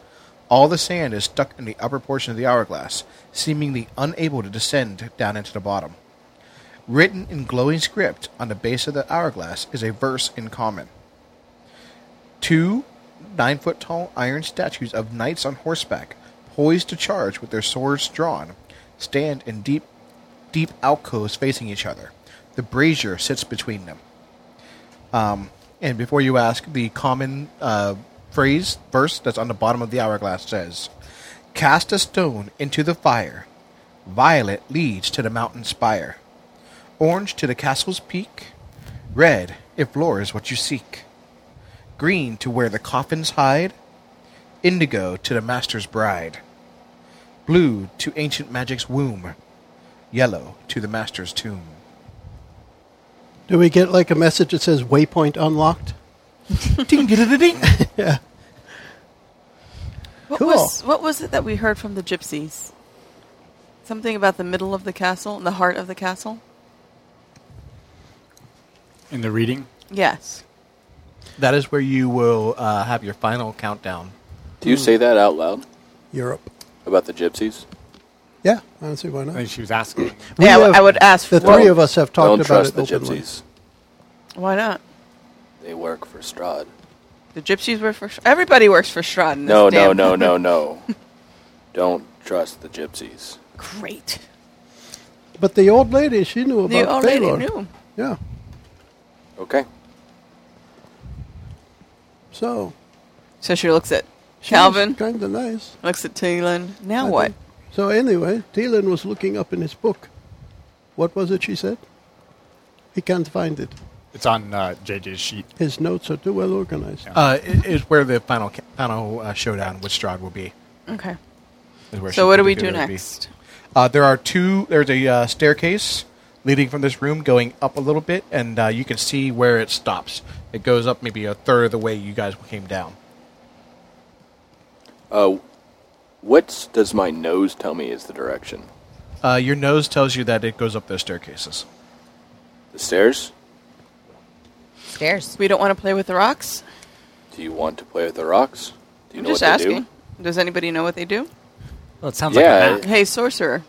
F: All the sand is stuck in the upper portion of the hourglass, seemingly unable to descend down into the bottom. Written in glowing script on the base of the hourglass is a verse in common. Two nine foot tall iron statues of knights on horseback, poised to charge with their swords drawn, stand in deep deep alcoves facing each other. The brazier sits between them. Um, and before you ask, the common uh, phrase, verse that's on the bottom of the hourglass says, Cast a stone into the fire. Violet leads to the mountain spire. Orange to the castle's peak. Red, if lore is what you seek. Green to where the coffins hide. Indigo to the master's bride. Blue to ancient magic's womb yellow to the master's tomb.
A: Do we get like a message that says waypoint unlocked?
F: ding ding ding.
A: Yeah.
B: What,
A: Cool.
B: was, what was it that we heard from the gypsies? Something about the middle of the castle, the heart of the castle?
G: In the reading,
B: Yes.
F: That is where you will uh, have your final countdown.
E: Do you say that out loud
A: Europe.
E: about the gypsies?
A: Yeah, I don't see why
G: I
A: not.
G: think she was asking.
A: We
B: yeah, I w-
A: have-
B: I would ask
A: The
B: for
A: three of us have talked
E: Don't
A: about
E: trust
A: it
E: the
A: openly.
E: gypsies.
B: Why not?
E: They work for Strahd.
B: The gypsies work for. Sh- Everybody works for Strahd. in this
E: No, no,
B: damn-
E: no, no, no. Don't trust the gypsies.
B: Great.
A: But the old lady, she knew about
B: You already
A: Pelor.
B: knew.
A: Yeah.
E: Okay.
A: So
B: So she looks at
A: She
B: Calvin.
A: Kind of nice.
B: Looks at Teelan. Now
A: I
B: what?
A: think. So anyway, Thielen was looking up in his book. What was it she said? He can't find it.
C: It's on uh, JJ's sheet.
A: His notes are too well organized.
F: Uh, i- is where the final ca- final uh, showdown with Strahd will be.
B: Okay.
F: is where she
B: So what do we do
F: particularly will be.
B: next?
F: Uh, there are two. There's a uh, staircase leading from this room going up a little bit, and uh, you can see where it stops. It goes up maybe a third of the way you guys came down.
E: Uh, what does my nose tell me is the direction?
F: Uh, your nose tells you that it goes up those staircases.
E: The stairs?
D: Stairs.
B: We don't want to play with the rocks.
E: Do you want to play with the rocks? Do you
B: I'm
E: know
B: just
E: what they
B: asking.
E: do?
B: Does anybody know what they do?
C: Well, it sounds
E: Yeah.
C: like a map.
B: Hey, sorcerer.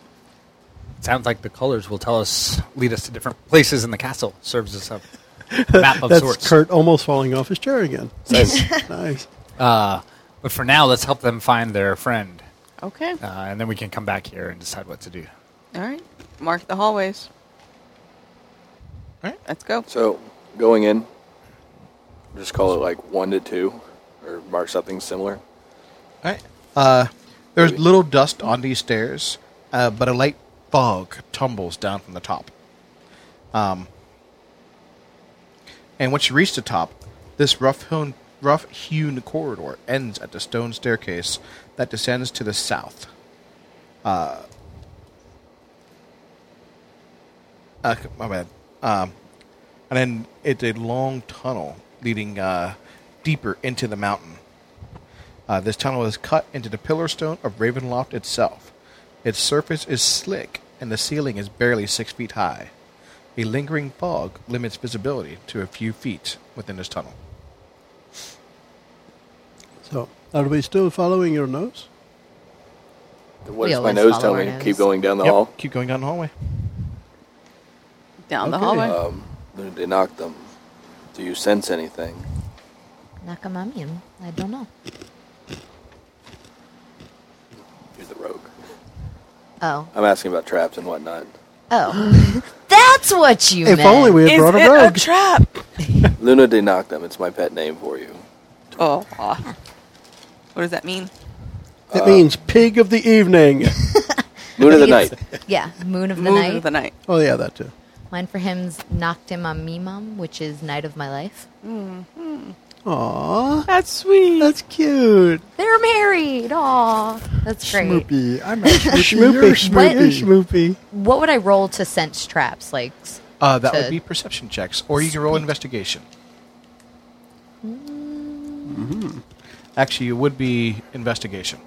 C: It sounds like the colors will tell us, lead us to different places in the castle. Serves as a map of
A: That's
C: sorts.
A: Kurt almost falling off his chair again.
E: Nice.
A: nice.
C: Uh, but for now, let's help them find their friend,
B: Okay.
C: uh, and then we can come back here and decide what to do.
B: All right. Mark the hallways.
F: All right.
B: Let's go.
E: So, going in, just call it like 1 to 2, or mark something similar.
F: All right. Uh, there's little dust on these stairs, uh, but a light fog tumbles down from the top. Um, and once you reach the top, this rough-hewn, rough-hewn corridor ends at the stone staircase that descends to the south. Uh, uh, c- my bad. Um, and then it's a long tunnel leading uh, deeper into the mountain. Uh, this tunnel is cut into the pillar stone of Ravenloft itself. Its surface is slick, and the ceiling is barely six feet high. A lingering fog limits visibility to a few feet within this tunnel.
A: So, are we still following your nose?
E: What
D: We
E: does my
D: always
E: nose
D: follow
E: tell
D: our
E: me?
D: nose.
E: Keep going down the
F: Yep,
E: hall.
F: Keep going down the hallway.
B: Down the
A: Okay.
B: hallway.
E: Um, they knock them. Do you sense anything?
D: Nakamami. I don't know.
E: You're the rogue.
D: Oh.
E: I'm asking about traps and whatnot.
D: Oh. That's what you
A: If
D: meant.
A: only we had
B: Is
A: brought a
B: it
A: rogue.
B: a trap?
E: Luna de Noctem, it's my pet name for you.
B: Oh. aw. What does that mean?
A: That means pig of the evening.
E: Luna the Night.
D: Yeah. Moon of the
B: Moon
D: night.
B: of the night.
A: oh yeah, that too.
D: Mine for him's Noctim Amimam, which is Night of My Life.
A: Aww,
B: That's sweet.
A: that's cute.
D: They're married. Aw. That's great.
G: Schmoopy. I'm not Schmoopy.
A: Schmoopy,
G: You're
A: schmoopy,
G: Schmoopy.
A: schmoopy.
D: What would I roll to sense traps? Like, s-
F: Uh, that
D: To-
F: would be perception checks, or you can roll investigation. Actually, it would be investigation.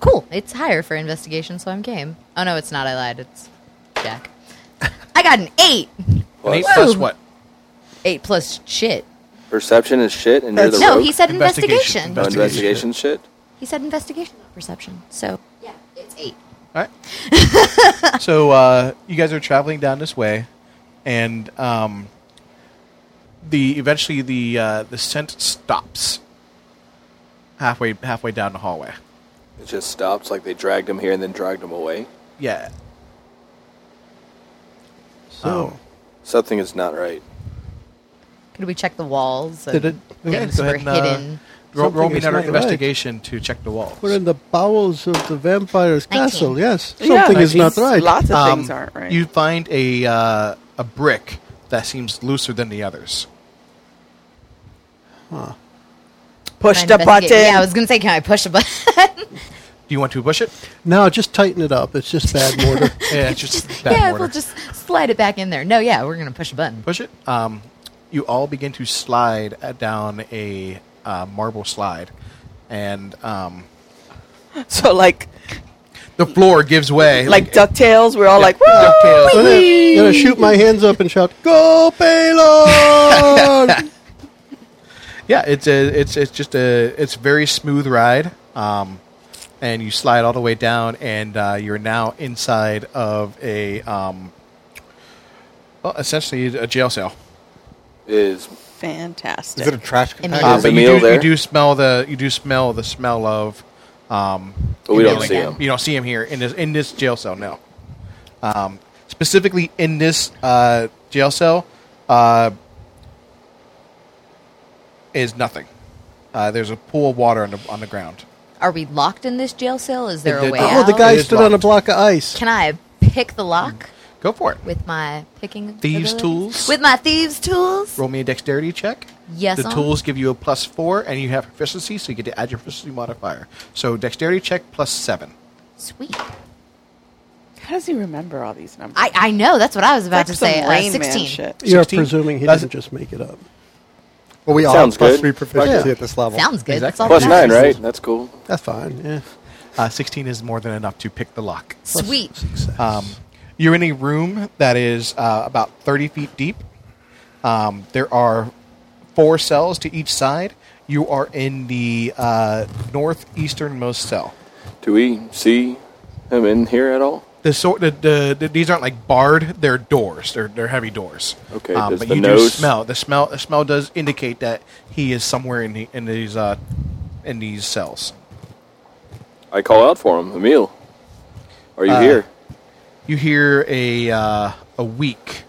D: cool. It's higher for investigation, so I'm game. Oh, no, it's not. I lied. It's Jack. I got an eight.
F: An eight
E: Plus,
F: plus
D: Whoa.
F: what?
D: Eight plus shit.
E: Perception is shit, and you're the
A: That's-
D: No,
E: rogue.
D: he said investigation.
F: Investigation.
E: Oh, investigation shit.
D: He said investigation, not perception. So, yeah, it's eight.
F: All right. so uh, you guys are traveling down this way, and um, the eventually the uh, the scent stops halfway halfway down the hallway.
E: It just stops. Like they dragged him here and then dragged him away.
F: Yeah.
B: Oh.
A: So,
E: Something is not right.
D: Could we check the walls?
A: Did
D: and
A: it- okay,
D: things
F: go
D: were
F: ahead and, uh,
D: hidden.
F: Roll, roll me
A: Something is
F: another
A: not right.
F: investigation to check the walls.
A: we're in the bowels of the vampire's
D: Nineteen.
A: castle. Yes,
B: Yeah,
A: something is not
B: nineteen.
A: right.
B: Lots of
F: Um,
B: things aren't right.
F: You find a uh, a brick that seems looser than the others.
B: Push
D: Can I investigate? Yeah, I was going to say, can I push a button?
F: Do you want to push it?
A: Now just tighten it up. It's just bad mortar.
F: Yeah, it's just, that
D: yeah,
F: mortar.
D: we'll just slide it back in there. No, yeah, we're going to push a button.
F: push it. Um, you all begin to slide uh, down a uh, marble slide, and um,
B: so like
F: the floor gives way.
B: like ducktales. We're all like, woo!
F: DuckTales.
A: I'm gonna, gonna shoot my hands up and shout, "Go, Baylor!"
F: Yeah, it's a, it's it's just a it's a very smooth ride. Um, and you slide all the way down, and uh, you're now inside of a um, well, essentially a jail cell.
E: Is
B: Fantastic.
G: Is it a trash
D: Immediately.
G: compactor?
E: Uh,
F: but
E: a
F: you
E: meal
F: do,
E: there?
F: you do smell the you do smell the smell of um
E: But we
F: you
E: don't
F: know,
E: see
F: like,
E: him.
F: You don't see him here in this in this jail cell no. Um specifically in this uh jail cell uh is nothing. Uh, there's a pool of water on the, on the ground.
D: Are we locked in this jail cell? Is there
F: The-
D: a way
F: the-
A: Oh,
D: out?
A: the guy
F: It is
A: stood on a
F: locked.
A: block of ice.
D: Can I pick the lock
F: Go for it.
D: with my picking
F: Thieves'
D: abilities?
F: tools?
D: With my thieves tools?
F: Roll me a dexterity check.
D: Yes,
F: The
D: on.
F: tools give you a plus four, and you have proficiency, so you get to add your proficiency modifier. So dexterity check plus seven.
D: Sweet.
B: How does he remember all these numbers?
D: I, I know. That's what I was about
B: It's
D: to
B: like
D: say.
B: some
D: Uh,
B: Rain Man
D: Sixteen.
B: shit.
A: You're
F: 16.
A: presuming he
F: That's-
A: doesn't just make it up.
G: Well, we all
E: Sounds
G: have plus
E: good.
G: three proficiency
A: Yeah.
G: at this level.
D: Sounds good. That's
F: Exactly.
D: all
E: Plus
D: that
E: nine,
D: matters.
E: right? That's cool.
A: That's fine. Yeah.
F: Uh, Sixteen is more than enough to pick the lock.
D: Sweet.
F: Um, you're in a room that is uh, about 30 feet deep. Um, there are four cells to each side. You are in the uh, northeasternmost cell.
E: Do we see him in here at all?
F: The sort, the, the, the- these aren't like barred. They're doors. They're, they're heavy doors.
E: Okay,
F: Um,
E: does
F: but
E: the
F: you do
E: nose-
F: smell. The smell. The smell does indicate that he is somewhere in the, in these uh, in these cells.
E: I call out for him, Emil. Are you
F: Uh,
E: here?
F: You hear a uh, a weak,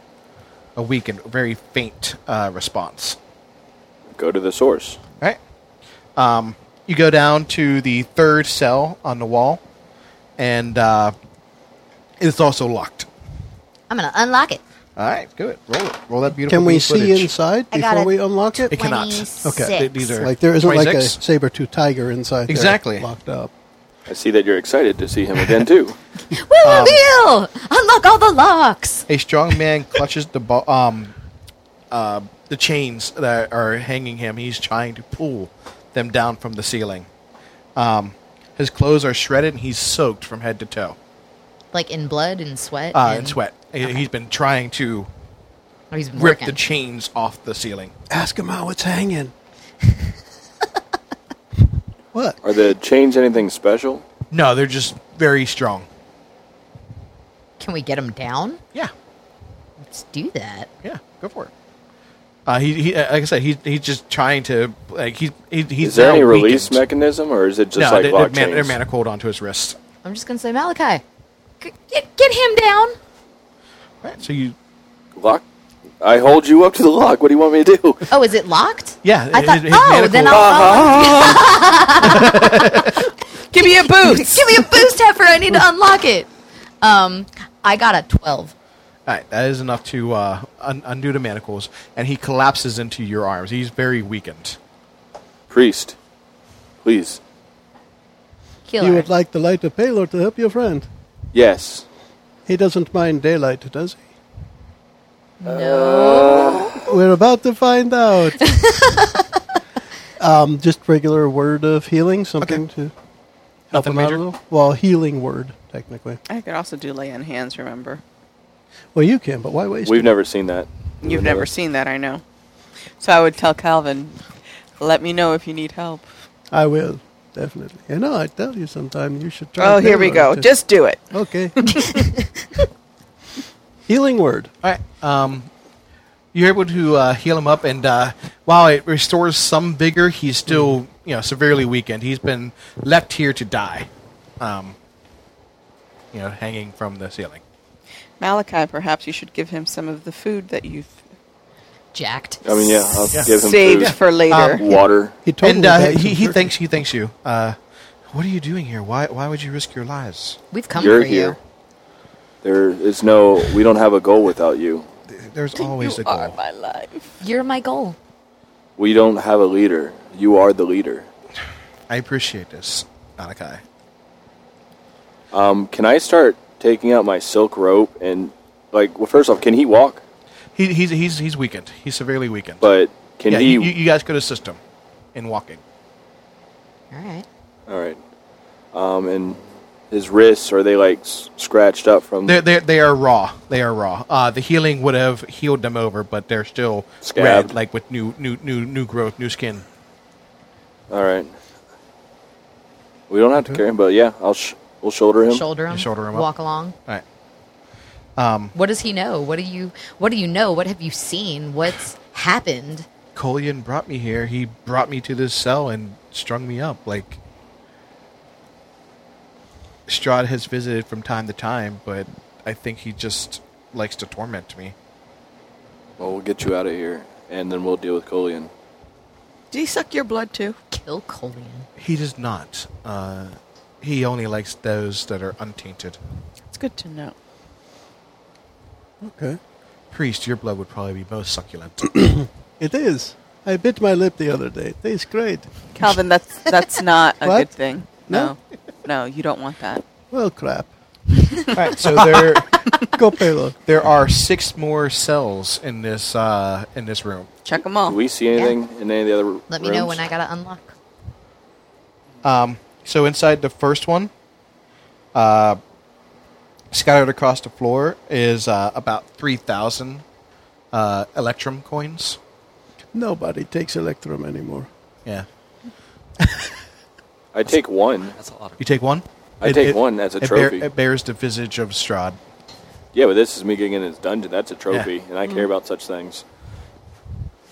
F: a weak and very faint uh, response.
E: Go to the source.
F: All right. Um, you go down to the third cell on the wall, and uh, it's also locked.
D: I'm gonna unlock it.
F: All right, good. Roll it. Roll that beautiful.
A: Can we
F: new
A: see
F: footage.
A: inside
D: I got
A: before
D: it.
A: we unlock it?
F: It cannot.
D: Twenty-six.
F: Okay, th- these are
A: Like there isn't like a
F: 26.
A: saber tooth tiger inside. there
F: Exactly.
A: locked up.
E: I see that you're excited to see him again too.
D: Woo,
F: um,
D: Emil! Unlock all the locks.
F: a strong man clutches the bo- um, uh, the chains that are hanging him. He's trying to pull them down from the ceiling. Um, his clothes are shredded and he's soaked from head to toe
D: Like in blood and sweat.
F: uh,
A: Mm-hmm.
F: in sweat. He- He's been trying to
D: Oh, he's been
F: rip
D: working.
F: the chains off the ceiling.
A: Ask him how it's hanging. what?
E: Are the chains anything special?
F: No, they're just very strong.
D: Can we get him down?
F: Yeah,
D: Let's do that.
F: yeah, go for it. Uh, he, he, uh, like I said, he, he's just trying to like he, he he's
E: Is there
F: now
E: any release
F: weakened.
E: mechanism, or is it just
F: no,
E: like
F: they- they're,
E: lock
F: man- they're
E: chains?
F: manacled onto his wrists.
D: I'm just gonna say Malachi. g- Get, get him down.
F: Right, so you
E: lock. I hold you up to the lock. What do you want me to do?
D: Oh, is it locked?
F: Yeah,
D: I
F: it-
D: thought.
F: it- it-
D: oh,
F: manacled.
D: then I'll. follow
B: Give me a boost.
D: Give me a boost, Heifer. I need to unlock it. Um, I got a twelve.
F: All right, that is enough to uh, un- undo the manacles, and he collapses into your arms. He's very weakened.
E: Priest, please.
D: Killer.
A: You would like to light a payload to help your friend.
E: Yes.
A: He doesn't mind daylight, does he?
D: no.
A: We're about to find out. um, just regular word of healing, something to help
F: Nothing
A: him out
F: major?
A: a little. Well, healing word technically.
B: I could also do lay on hands. Remember,
A: Well, you can, but why waste?
E: We've
A: it?
E: never seen that.
B: you've never seen that. I know. So I would tell Calvin, let me know if you need help.
A: I will definitely. You know, I tell you, sometime you should try.
B: Oh, here we
A: payload
B: go.
A: to-
B: Just do it.
A: okay. healing word.
F: All right, um, you're able to uh, heal him up, and uh, while it restores some vigor, he's still you know severely weakened. He's been left here to die, um, you know, hanging from the ceiling.
B: Malachi, perhaps you should give him some of the food that you've
D: Jacked.
E: I mean, yeah. I'll
F: Yeah.
E: give him
B: saved
E: food,
B: for later.
E: water.
A: He told
F: and
A: me
F: uh,
A: back
F: he,
A: some
F: he
A: turkey.
F: thinks he thanks you. Uh, what are you doing here? Why why would you risk your lives?
D: We've come
E: You're
D: for you.
E: here. There is no. We don't have a goal without you.
F: There's always
B: you Uh,
F: a goal.
B: are my life.
D: You're my goal.
E: We don't have a leader. You are the leader.
F: I appreciate this, Anakai.
E: Um, can I start taking out my silk rope and, like, well, first off, can he walk?
F: He, he's he's he's weakened. He's severely weakened.
E: But can
F: yeah,
E: he?
F: you, you guys could assist him in walking.
D: All right.
E: All right. Um, and his wrists are they like s- scratched up from?
F: They they they are raw. They are raw. Uh, the healing would have healed them over, but they're still
E: Scabbed.
F: red, like with new new new new growth, new skin.
E: All right. We don't have to carry him, but yeah, I'll sh- we'll shoulder him.
D: Shoulder him.
F: You shoulder him up.
D: Walk along.
F: All right.
D: What does he know? What do you? What do you know? What have you seen? What's happened?
F: Colian brought me here. He brought me to this cell and strung me up. Like Strahd has visited from time to time, but I think he just likes to torment me.
E: Well, we'll get you out of here, and then we'll deal with Colian.
B: Did he suck your blood too?
D: kill Colian?
F: He does not. Uh, he only likes those that are untainted.
B: It's good to know.
A: Okay.
F: Priest, your blood would probably be most succulent.
A: It is. I bit my lip the other day. It tastes great.
B: Calvin, that's that's not a
A: What?
B: good thing. No. No, you don't want that.
A: Well, crap.
F: All right, so there,
A: Go payload.
F: there are six more cells in this uh, in this room.
B: Check them all.
E: Do we see anything in any of the other
D: Oh, Let me know
E: rooms?
D: when I gotta unlock.
F: Um, so inside the first one, uh, scattered across the floor is uh, about three thousand uh, Electrum coins.
A: Nobody takes Electrum anymore.
F: Yeah,
E: I take one.
C: That's a lot of.
F: you take one.
E: I take one as a
F: it bear-
E: trophy.
F: it bears the visage of Strahd.
E: Yeah, but this is me getting in his dungeon. That's a trophy,
F: Yeah.
E: and I
D: Mm.
E: care about such things.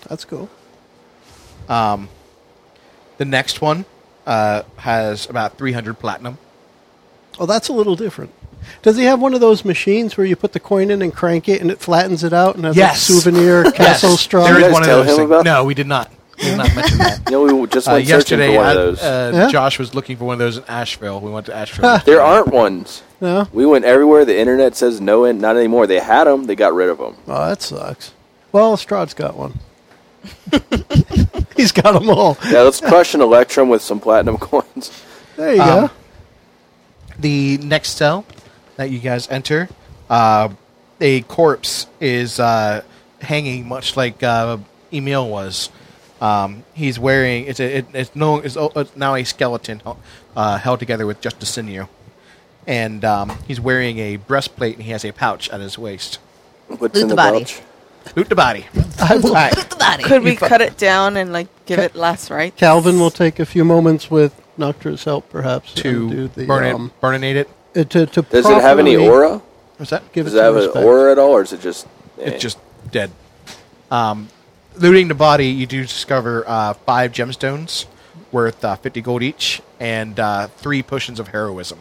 A: That's cool.
F: Um, the next one uh, has about 300 platinum.
A: Oh, that's a little different. Does he have one of those machines where you put the coin in and crank it and it flattens it out and has
F: Yes.
A: like souvenir castle straw?
F: There
E: You
F: is
E: guys
F: one of
E: tell
F: those
E: him
F: things.
E: about-
F: No, we did not. We did not mention that.
E: You know, we just
F: Uh,
E: went searching
F: yesterday,
E: for one
F: I-
E: of those.
F: uh,
A: Yeah?
F: Josh was looking for one of those in Asheville. We went to Asheville.
E: there aren't ones.
A: No?
E: We went everywhere. The internet says no, and not anymore. They had them. They got rid of them.
A: Oh, that sucks. Well, Strahd's got one. He's got them all.
E: Yeah, let's crush an Electrum with some platinum coins.
A: There you
F: Um,
A: go.
F: the next cell that you guys enter, uh, a corpse is uh, hanging, much like uh, Emil was. Um, he's wearing it's a, it, it's no it's, o- it's now a skeleton uh, held together with just a sinew, and um, he's wearing a breastplate and he has a pouch at his waist.
E: What's
D: Loot the
E: in the,
D: body.
E: pouch?
F: Loot the body. All right.
D: Loot the body.
B: Could we cut it down and like give it less, right?
A: Calvin will take a few moments with Noctra's help, perhaps, and
F: to
A: do the
F: burn
A: um,
F: it, burninate it.
A: uh, to, to
E: Does it have any
A: properly
E: aura?
F: What's that?
A: Give
E: Does
A: it
E: it have
A: some
E: an
A: respect.
E: aura at all, or is it just? eh?
F: It's just dead. Um, looting the body, you do discover uh, five gemstones worth uh, 50 gold each and uh, three potions of heroism.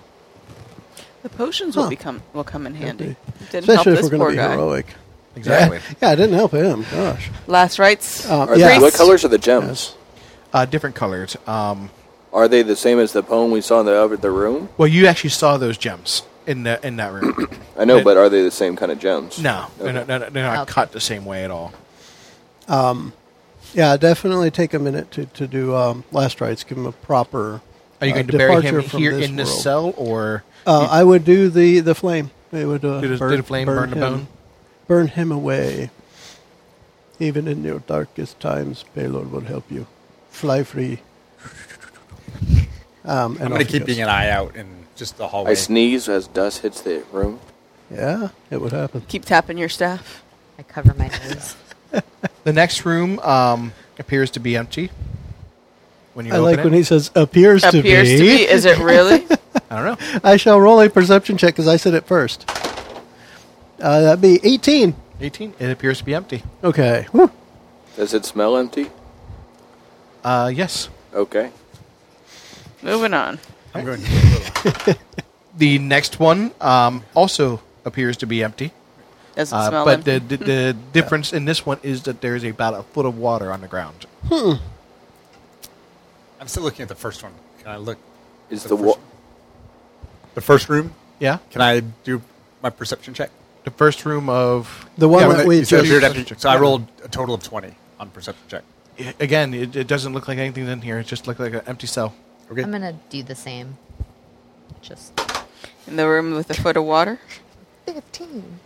B: The potions
A: Huh.
B: will become will come in handy. Didn't help
A: Especially if
B: this
A: we're going to
B: poor
A: be
B: guy.
A: heroic.
F: Exactly.
A: Yeah, yeah, I didn't help him. Gosh.
B: Last rites.
A: Um,
E: Are
A: yeah.
E: they, what colors are the gems?
F: Uh, different colors. Um,
E: Are they the same as the poem we saw in the other the room?
F: well, you actually saw those gems in the, in that room.
E: I know,
F: It-
E: but are they the same kind of gems?
F: no, they're not, they're not- they're not
D: Okay.
F: cut the same way at all.
A: Yeah, definitely take a minute to, to do um, last rites. Give him a proper.
F: Are you
A: uh,
F: going to bury him
A: departure from
F: here in this
A: world.
F: cell or
A: Uh, I would do the the flame. It would uh,
F: do, the- do the flame burn, the
A: him,
F: bone?
A: Burn him away. Even in your darkest times, Paylord will help you. Fly free. Um, and off
C: I'm
A: he
C: going to keep
A: goes.
C: being an eye out in just the hallway.
E: I sneeze as dust hits the room.
A: Yeah, it would happen.
B: Keep tapping your staff.
D: I cover my nose.
F: The next room um, appears to be empty. When you
A: I
F: open
A: like
F: it.
A: when he says appears,
B: Appears to be. Is it really?
F: I don't know.
A: I shall roll a perception check because I said it first. Uh, that'd be 18.
F: 18. It appears to be empty.
A: Okay. Whew.
E: Does it smell empty?
F: Uh, yes.
E: Okay.
B: Moving on.
C: I'm going. To
F: The next one um, also appears to be empty.
B: Doesn't
F: Uh,
B: smell
F: but
B: but
F: the, the, the difference in this one is that there is about a foot of water on the ground.
C: I'm still looking at the first one. Can I look?
E: Is the,
C: first
E: wa-
C: one? the first room?
F: Yeah?
C: Can I do my perception check?
F: The first room of.
A: The one
F: Yeah,
A: that
F: but
A: we
F: you said
A: just-
F: appeared
C: Appeared
F: empty.
C: empty. So I rolled a total of 20 on perception check.
F: Again, it, it doesn't look like anything's in here. It just looked like an empty cell.
C: Okay.
D: I'm gonna do the same. Just
B: in the room with a foot of water.
D: fifteen.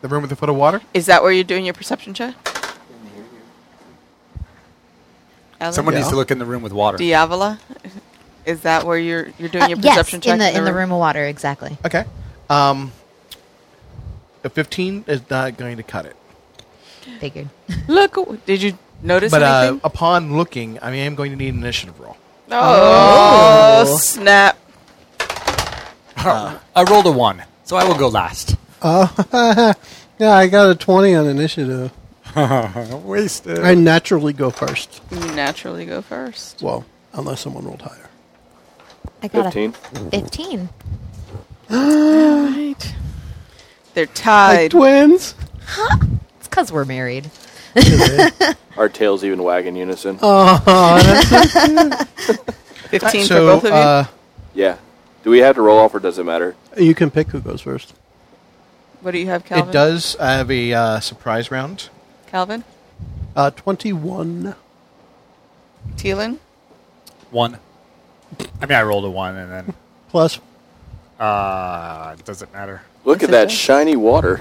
F: The room with the foot of water?
B: Is that where you're doing your perception check? Alan?
C: Someone
A: Yeah.
C: needs to look in the room with water.
B: Diavola? Is that where you're you're doing your
D: Uh, yes,
B: perception check?
D: in the in the room of water, exactly.
F: Okay. Um, a 15 is not going to cut it.
D: Figured.
B: Look, did you notice
F: But uh,
B: anything?
F: upon looking, I am going to need an initiative roll.
B: oh, snap!
C: Uh, I rolled a 1, so I will go last.
A: Yeah, I got a 20 on initiative.
C: Wasted.
A: I naturally go first.
B: You naturally go first.
A: Well, unless someone rolled higher.
D: I got
E: fifteen?
D: a fifteen.
B: Right. They're
A: Like
B: tied.
A: twins?
D: It's cause we're married.
E: Our tails even wag in unison.
D: Oh.
B: Fifteen
F: so,
B: for both of you.
F: uh,
E: Yeah. Do we have to roll off or does it matter?
A: You can pick who goes first.
B: what do you have, Calvin?
F: it does have a uh, surprise round.
B: Calvin,
A: Uh, 21.
B: Teelan,
C: One. I mean, I rolled a one, and then
A: Plus,
C: uh, does it matter?
E: Look
B: Yes,
E: at
B: it
E: that
B: does.
E: shiny water.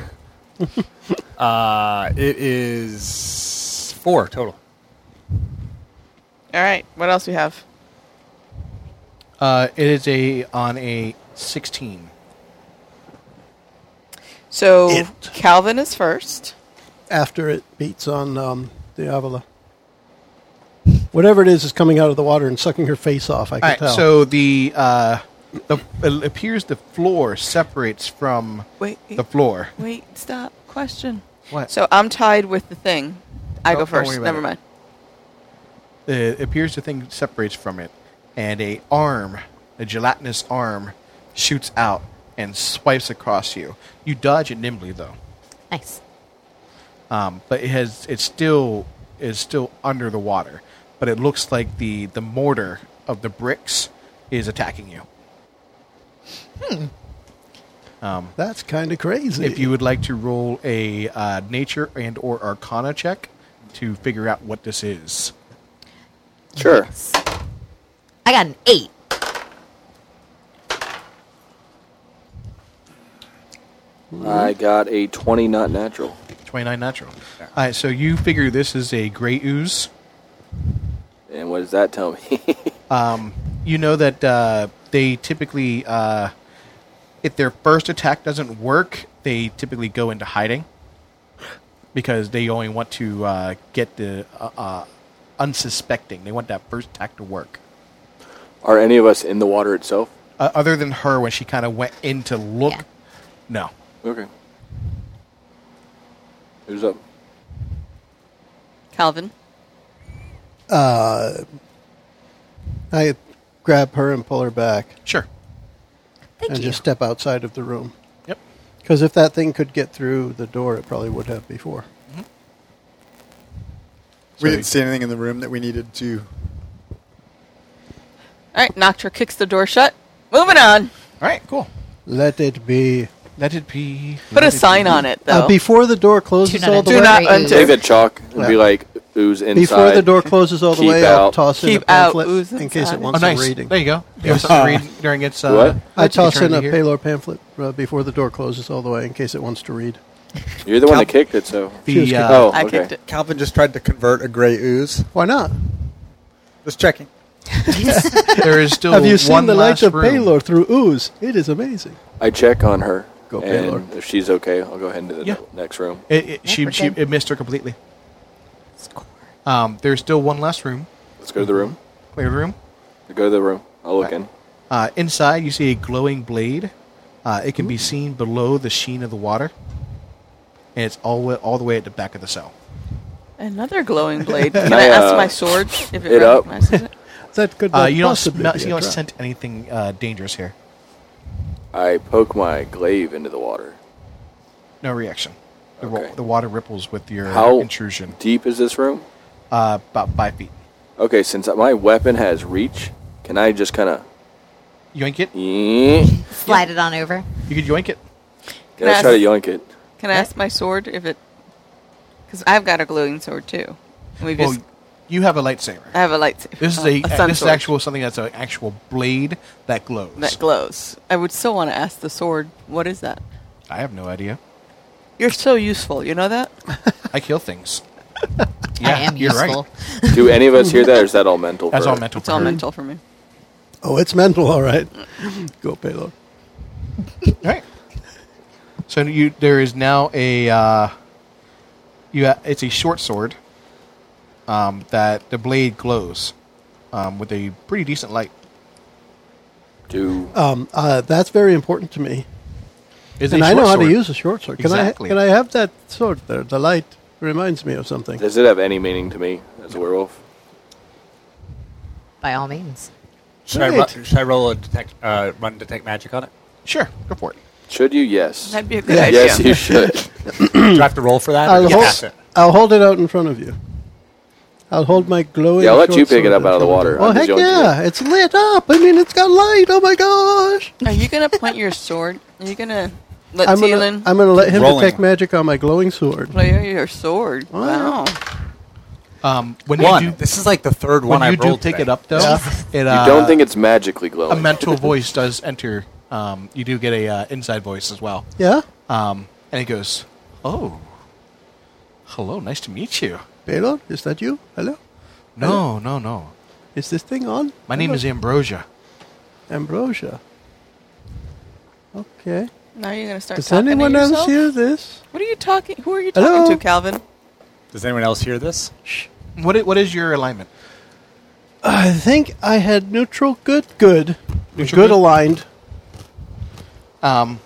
C: Uh, it is four total.
B: All right. What else we have?
F: Uh, it is a on a 16.
B: So
A: It.
B: Calvin is first.
A: after it beats on um, the Avila. Whatever it is is coming out of the water and sucking her face off, I can
F: All right,
A: tell.
F: so the, uh, the it appears the floor separates from
B: Wait,
F: the floor.
B: wait, stop. Question.
F: What?
B: So I'm tied with the thing. I
F: Oh,
B: go
F: don't worry
B: first.
F: about
B: Never
F: it.
B: mind.
F: It appears the thing separates from it, and a arm, a gelatinous arm, shoots out and swipes across you. You dodge it nimbly though,
D: Nice.
F: um, but it has it still is still under the water. But it looks like the the mortar of the bricks is attacking you.
A: That's kind of crazy.
F: If you would like to roll a uh, nature and or arcana check to figure out what this is.
E: Sure.
D: I got an eight.
E: I got a 20 not natural.
F: 29 natural. All right, so you figure this is a gray ooze.
E: And what does that tell me?
F: You know that uh, they typically, uh, if their first attack doesn't work, they typically go into hiding because they only want to uh, get the uh, uh, unsuspecting. They want that first attack to work.
E: Are any of us in the water itself?
F: Uh, other than her, when she kind of went in to look,
D: Yeah.
F: no.
E: Okay. Who's up?
B: Calvin.
A: I grab her and pull her back
F: Sure.
D: Thank
A: and
D: you.
A: just step outside of the room.
F: Yep.
A: Because if that thing could get through the door, it probably would have before.
G: We didn't see anything in the room that we needed to.
B: All right. Noctra kicks the door shut. Moving on.
F: All right, cool.
A: Let it be.
F: Let it be.
B: Put a
F: let it
B: sign
F: be.
B: on it though.
A: Uh, before the door closes
D: not
A: all the
B: Do
A: way,
B: not
D: Great ooze.
B: enter.
E: Take that chalk and be
A: Yeah.
E: like, ooze inside.
A: before the door closes all the
E: Keep
A: way, I'll
E: out.
A: toss in a
B: Keep out,
A: pamphlet
B: ooze
A: in case it
B: inside.
F: Oh,
A: wants some
F: nice.
A: reading.
F: There you go. You have something to read during its. Uh,
E: What?
A: I toss in a
F: eternity here.
A: Paylor pamphlet uh, before the door closes all the way in case it wants to read.
E: You're the one that kicked it, so.
F: The, uh,
E: oh,
B: I
E: okay.
B: kicked it.
G: Calvin just tried to convert a gray ooze.
A: Why not?
G: Just checking.
F: there is still
A: Have you seen
F: one
A: the
F: last
A: light of
F: room.
A: Paylor through ooze? It is amazing.
E: I check on her.
A: Go,
E: and
A: Paylor.
E: if she's okay, I'll go ahead into the
F: Yeah.
E: ne- next room.
F: It, it, she,
D: we're
F: she
D: good.
F: it missed her completely. Um, there's still one last room,
E: Let's go to the room.
F: clear room.
E: Go to the room. I'll look in.
F: Uh, inside, you see a glowing blade. Uh, it can be seen below the sheen of the water, and it's all wa- all the way at the back of the cell.
B: Another glowing blade. Can I
E: I,
B: ask
E: uh,
B: my sword if it,
E: it up?
B: recognizes it?
A: That could
F: Uh,
A: not
F: you don't
A: possibly
F: smell,
A: be
F: you
A: a
F: don't
A: trap.
F: scent anything uh, dangerous here.
E: I poke my glaive into the water.
F: No reaction. The, wa-
E: Okay.
F: the water ripples with your
E: How
F: Uh, intrusion.
E: deep is this room?
F: Uh, about five feet.
E: Okay, since my weapon has reach, can I just kind of.
F: Yoink it.
E: Can
D: Slide it on over.
F: You could yoink it.
B: Can I
E: I try to
B: ask-
E: yoink it?
B: Can I ask my sword if it? Because I've got a glowing sword too. And We
F: Well,
B: just
F: you have a lightsaber.
B: I have Uh, a light.
F: This is a,
B: sun
F: this is
B: sword
F: actual something that's an actual blade that glows.
B: that glows. I would still want to ask the sword. What is that?
F: I have no idea.
B: You're so useful. You know that?
F: I kill things.
D: I am
F: you're right.
D: useful.
E: Do any of us hear that, or is that all mental?
F: That's
E: for
F: all
E: her?
F: mental.
B: It's all
F: for her.
B: mental for me.
A: Oh, it's mental, all right. Go, Paylor.
F: All right. So you there is now a uh, you ha- it's a short sword um, that the blade glows um, with a pretty decent light.
E: Do
A: Um, uh, that's very important to me.
F: It's a
A: and I know
F: short
A: how to
F: sword.
A: use a short sword. Can,
F: Exactly.
A: I, can I have that sword there? The light reminds me of something.
E: does it have any meaning to me as a werewolf?
D: By all means.
C: Should I, ro-
A: Right.
C: should I roll a detect, uh, run detect magic on it?
F: Sure, go for it.
E: Should you? Yes.
B: That'd be a good idea.
E: Yes, you should.
F: Hmm.
C: Do I have to roll for that?
A: I'll,
C: or just
A: hold,
C: pass it?
A: I'll hold it out in front of you.
G: I'll hold my glowing.
E: Yeah, I'll let you
G: short
E: pick it
G: sword
E: up out of the
G: and-
E: water.
G: Oh
E: I'm
G: heck
E: just joking.
G: yeah! It's lit up. I mean, it's got light. Oh my gosh!
B: Are you gonna point your sword? Are you gonna let
G: I'm
B: Teelan
G: gonna, I'm gonna let him
C: Rolling.
G: detect magic on my glowing sword.
B: play your sword? Wow.
F: Um, when
C: One.
F: you do,
C: this is like the third
F: when
C: one I
F: you do
C: rolled.
F: pick
C: today.
F: it up, though, it,
E: You
F: uh,
E: don't think it's magically glowing.
F: a mental voice does enter. Um, you do get a uh, inside voice as well,
G: Yeah.
F: um, and it goes, "Oh, hello, nice to meet you."
G: Baylor, is that you? Hello.
F: No, no, no.
G: Is this thing on?
F: My name
G: Hello.
F: is Ambrosia.
G: Ambrosia. Okay.
B: Now you're gonna start
G: Does
B: talking
G: anyone
B: to
G: else
B: yourself?
G: hear this?
B: What are you talking? Who are you talking
G: Hello?
B: to, Calvin?
C: Does anyone else hear this?
F: What i- what is your alignment?
G: I think I had neutral good good.
F: Neutral
G: good
F: good?
G: aligned.
F: Um,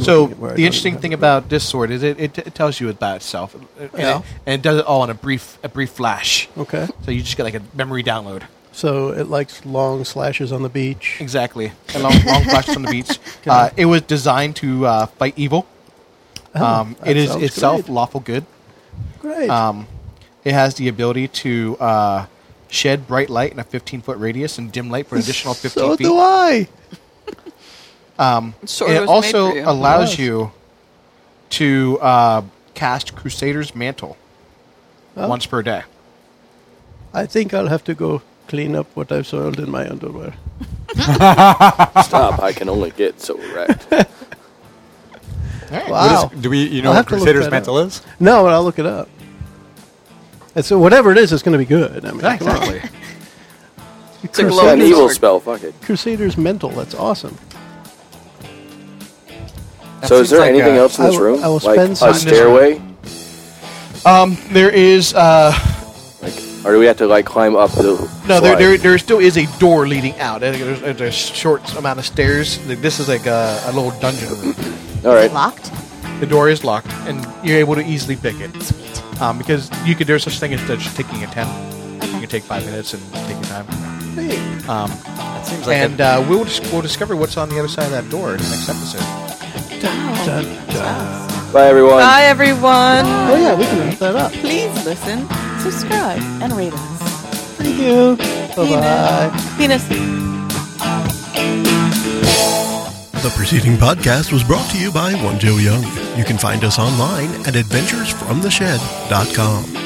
F: so
G: Looking at where I
F: the
G: don't
F: interesting
G: have
F: thing
G: it.
F: about this sword is it, it, it tells you about itself, and,
G: Yeah.
F: it, and it does it all in a brief a brief flash.
G: Okay.
F: So you just get like a memory download.
G: So it likes long slashes on the beach.
F: Exactly. A long, long flash from the beach. Uh, it was designed to uh, fight evil. Um,
G: Oh, that
F: it is
G: sounds
F: itself
G: great.
F: lawful good.
G: Great.
F: Um, it has the ability to uh, shed bright light in a 15 foot radius and dim light for an additional 15
G: so
F: feet.
G: do I.
B: Sword
F: it
B: was
F: also
B: made for you.
F: allows
G: Yes.
F: you to uh, cast Crusader's Mantle
G: Oh.
F: once per day.
G: I think I'll have to go clean up what I've soiled in my underwear.
E: Stop! I can only get so erect.
G: Wow.
C: What is, do we? You know
G: I'll
C: what
G: have to look
C: Crusader's
G: that
C: Mantle is?
G: No, but I'll look it up. And so whatever it is, it's going to be good. I mean, come on.
F: Exactly.
B: It's a
G: Crusader-
E: An
B: glowing
E: evil
B: sword.
E: spell. Fuck it.
G: Crusader's mental. That's awesome.
F: That
E: so is
F: seems
E: there
F: like
E: anything
F: a-
E: else in
G: I
E: this
G: will-
E: room?
G: I will
E: like
G: spend some-
E: a stairway?
F: Um, there is. Uh,
E: Like, or do we have to like climb up the?
F: No, there,
E: slide?
F: there, there still is a door leading out. Uh, There's, there's a short amount of stairs. Like, This is like a, a little dungeon room.
E: All right.
D: Locked.
F: The door is locked, and you're able to easily pick it
D: Sweet.
F: um, because you could. There's such thing as just taking a ten. You
D: Okay.
F: can take five minutes and take your time.
G: Hey,
F: Um,
C: That seems like
F: and
C: a,
F: uh, we'll dis- we'll discover what's on the other side of that door in the next episode.
G: dun, dun.
E: Bye, everyone.
B: Bye, everyone.
G: Oh yeah, we can wrap that up.
B: Please listen, subscribe, and rate us.
G: Thank you. Bye bye.
B: Penis.
A: The preceding podcast was brought to you by One Joe Young. You can find us online at adventuresfromtheshed.com.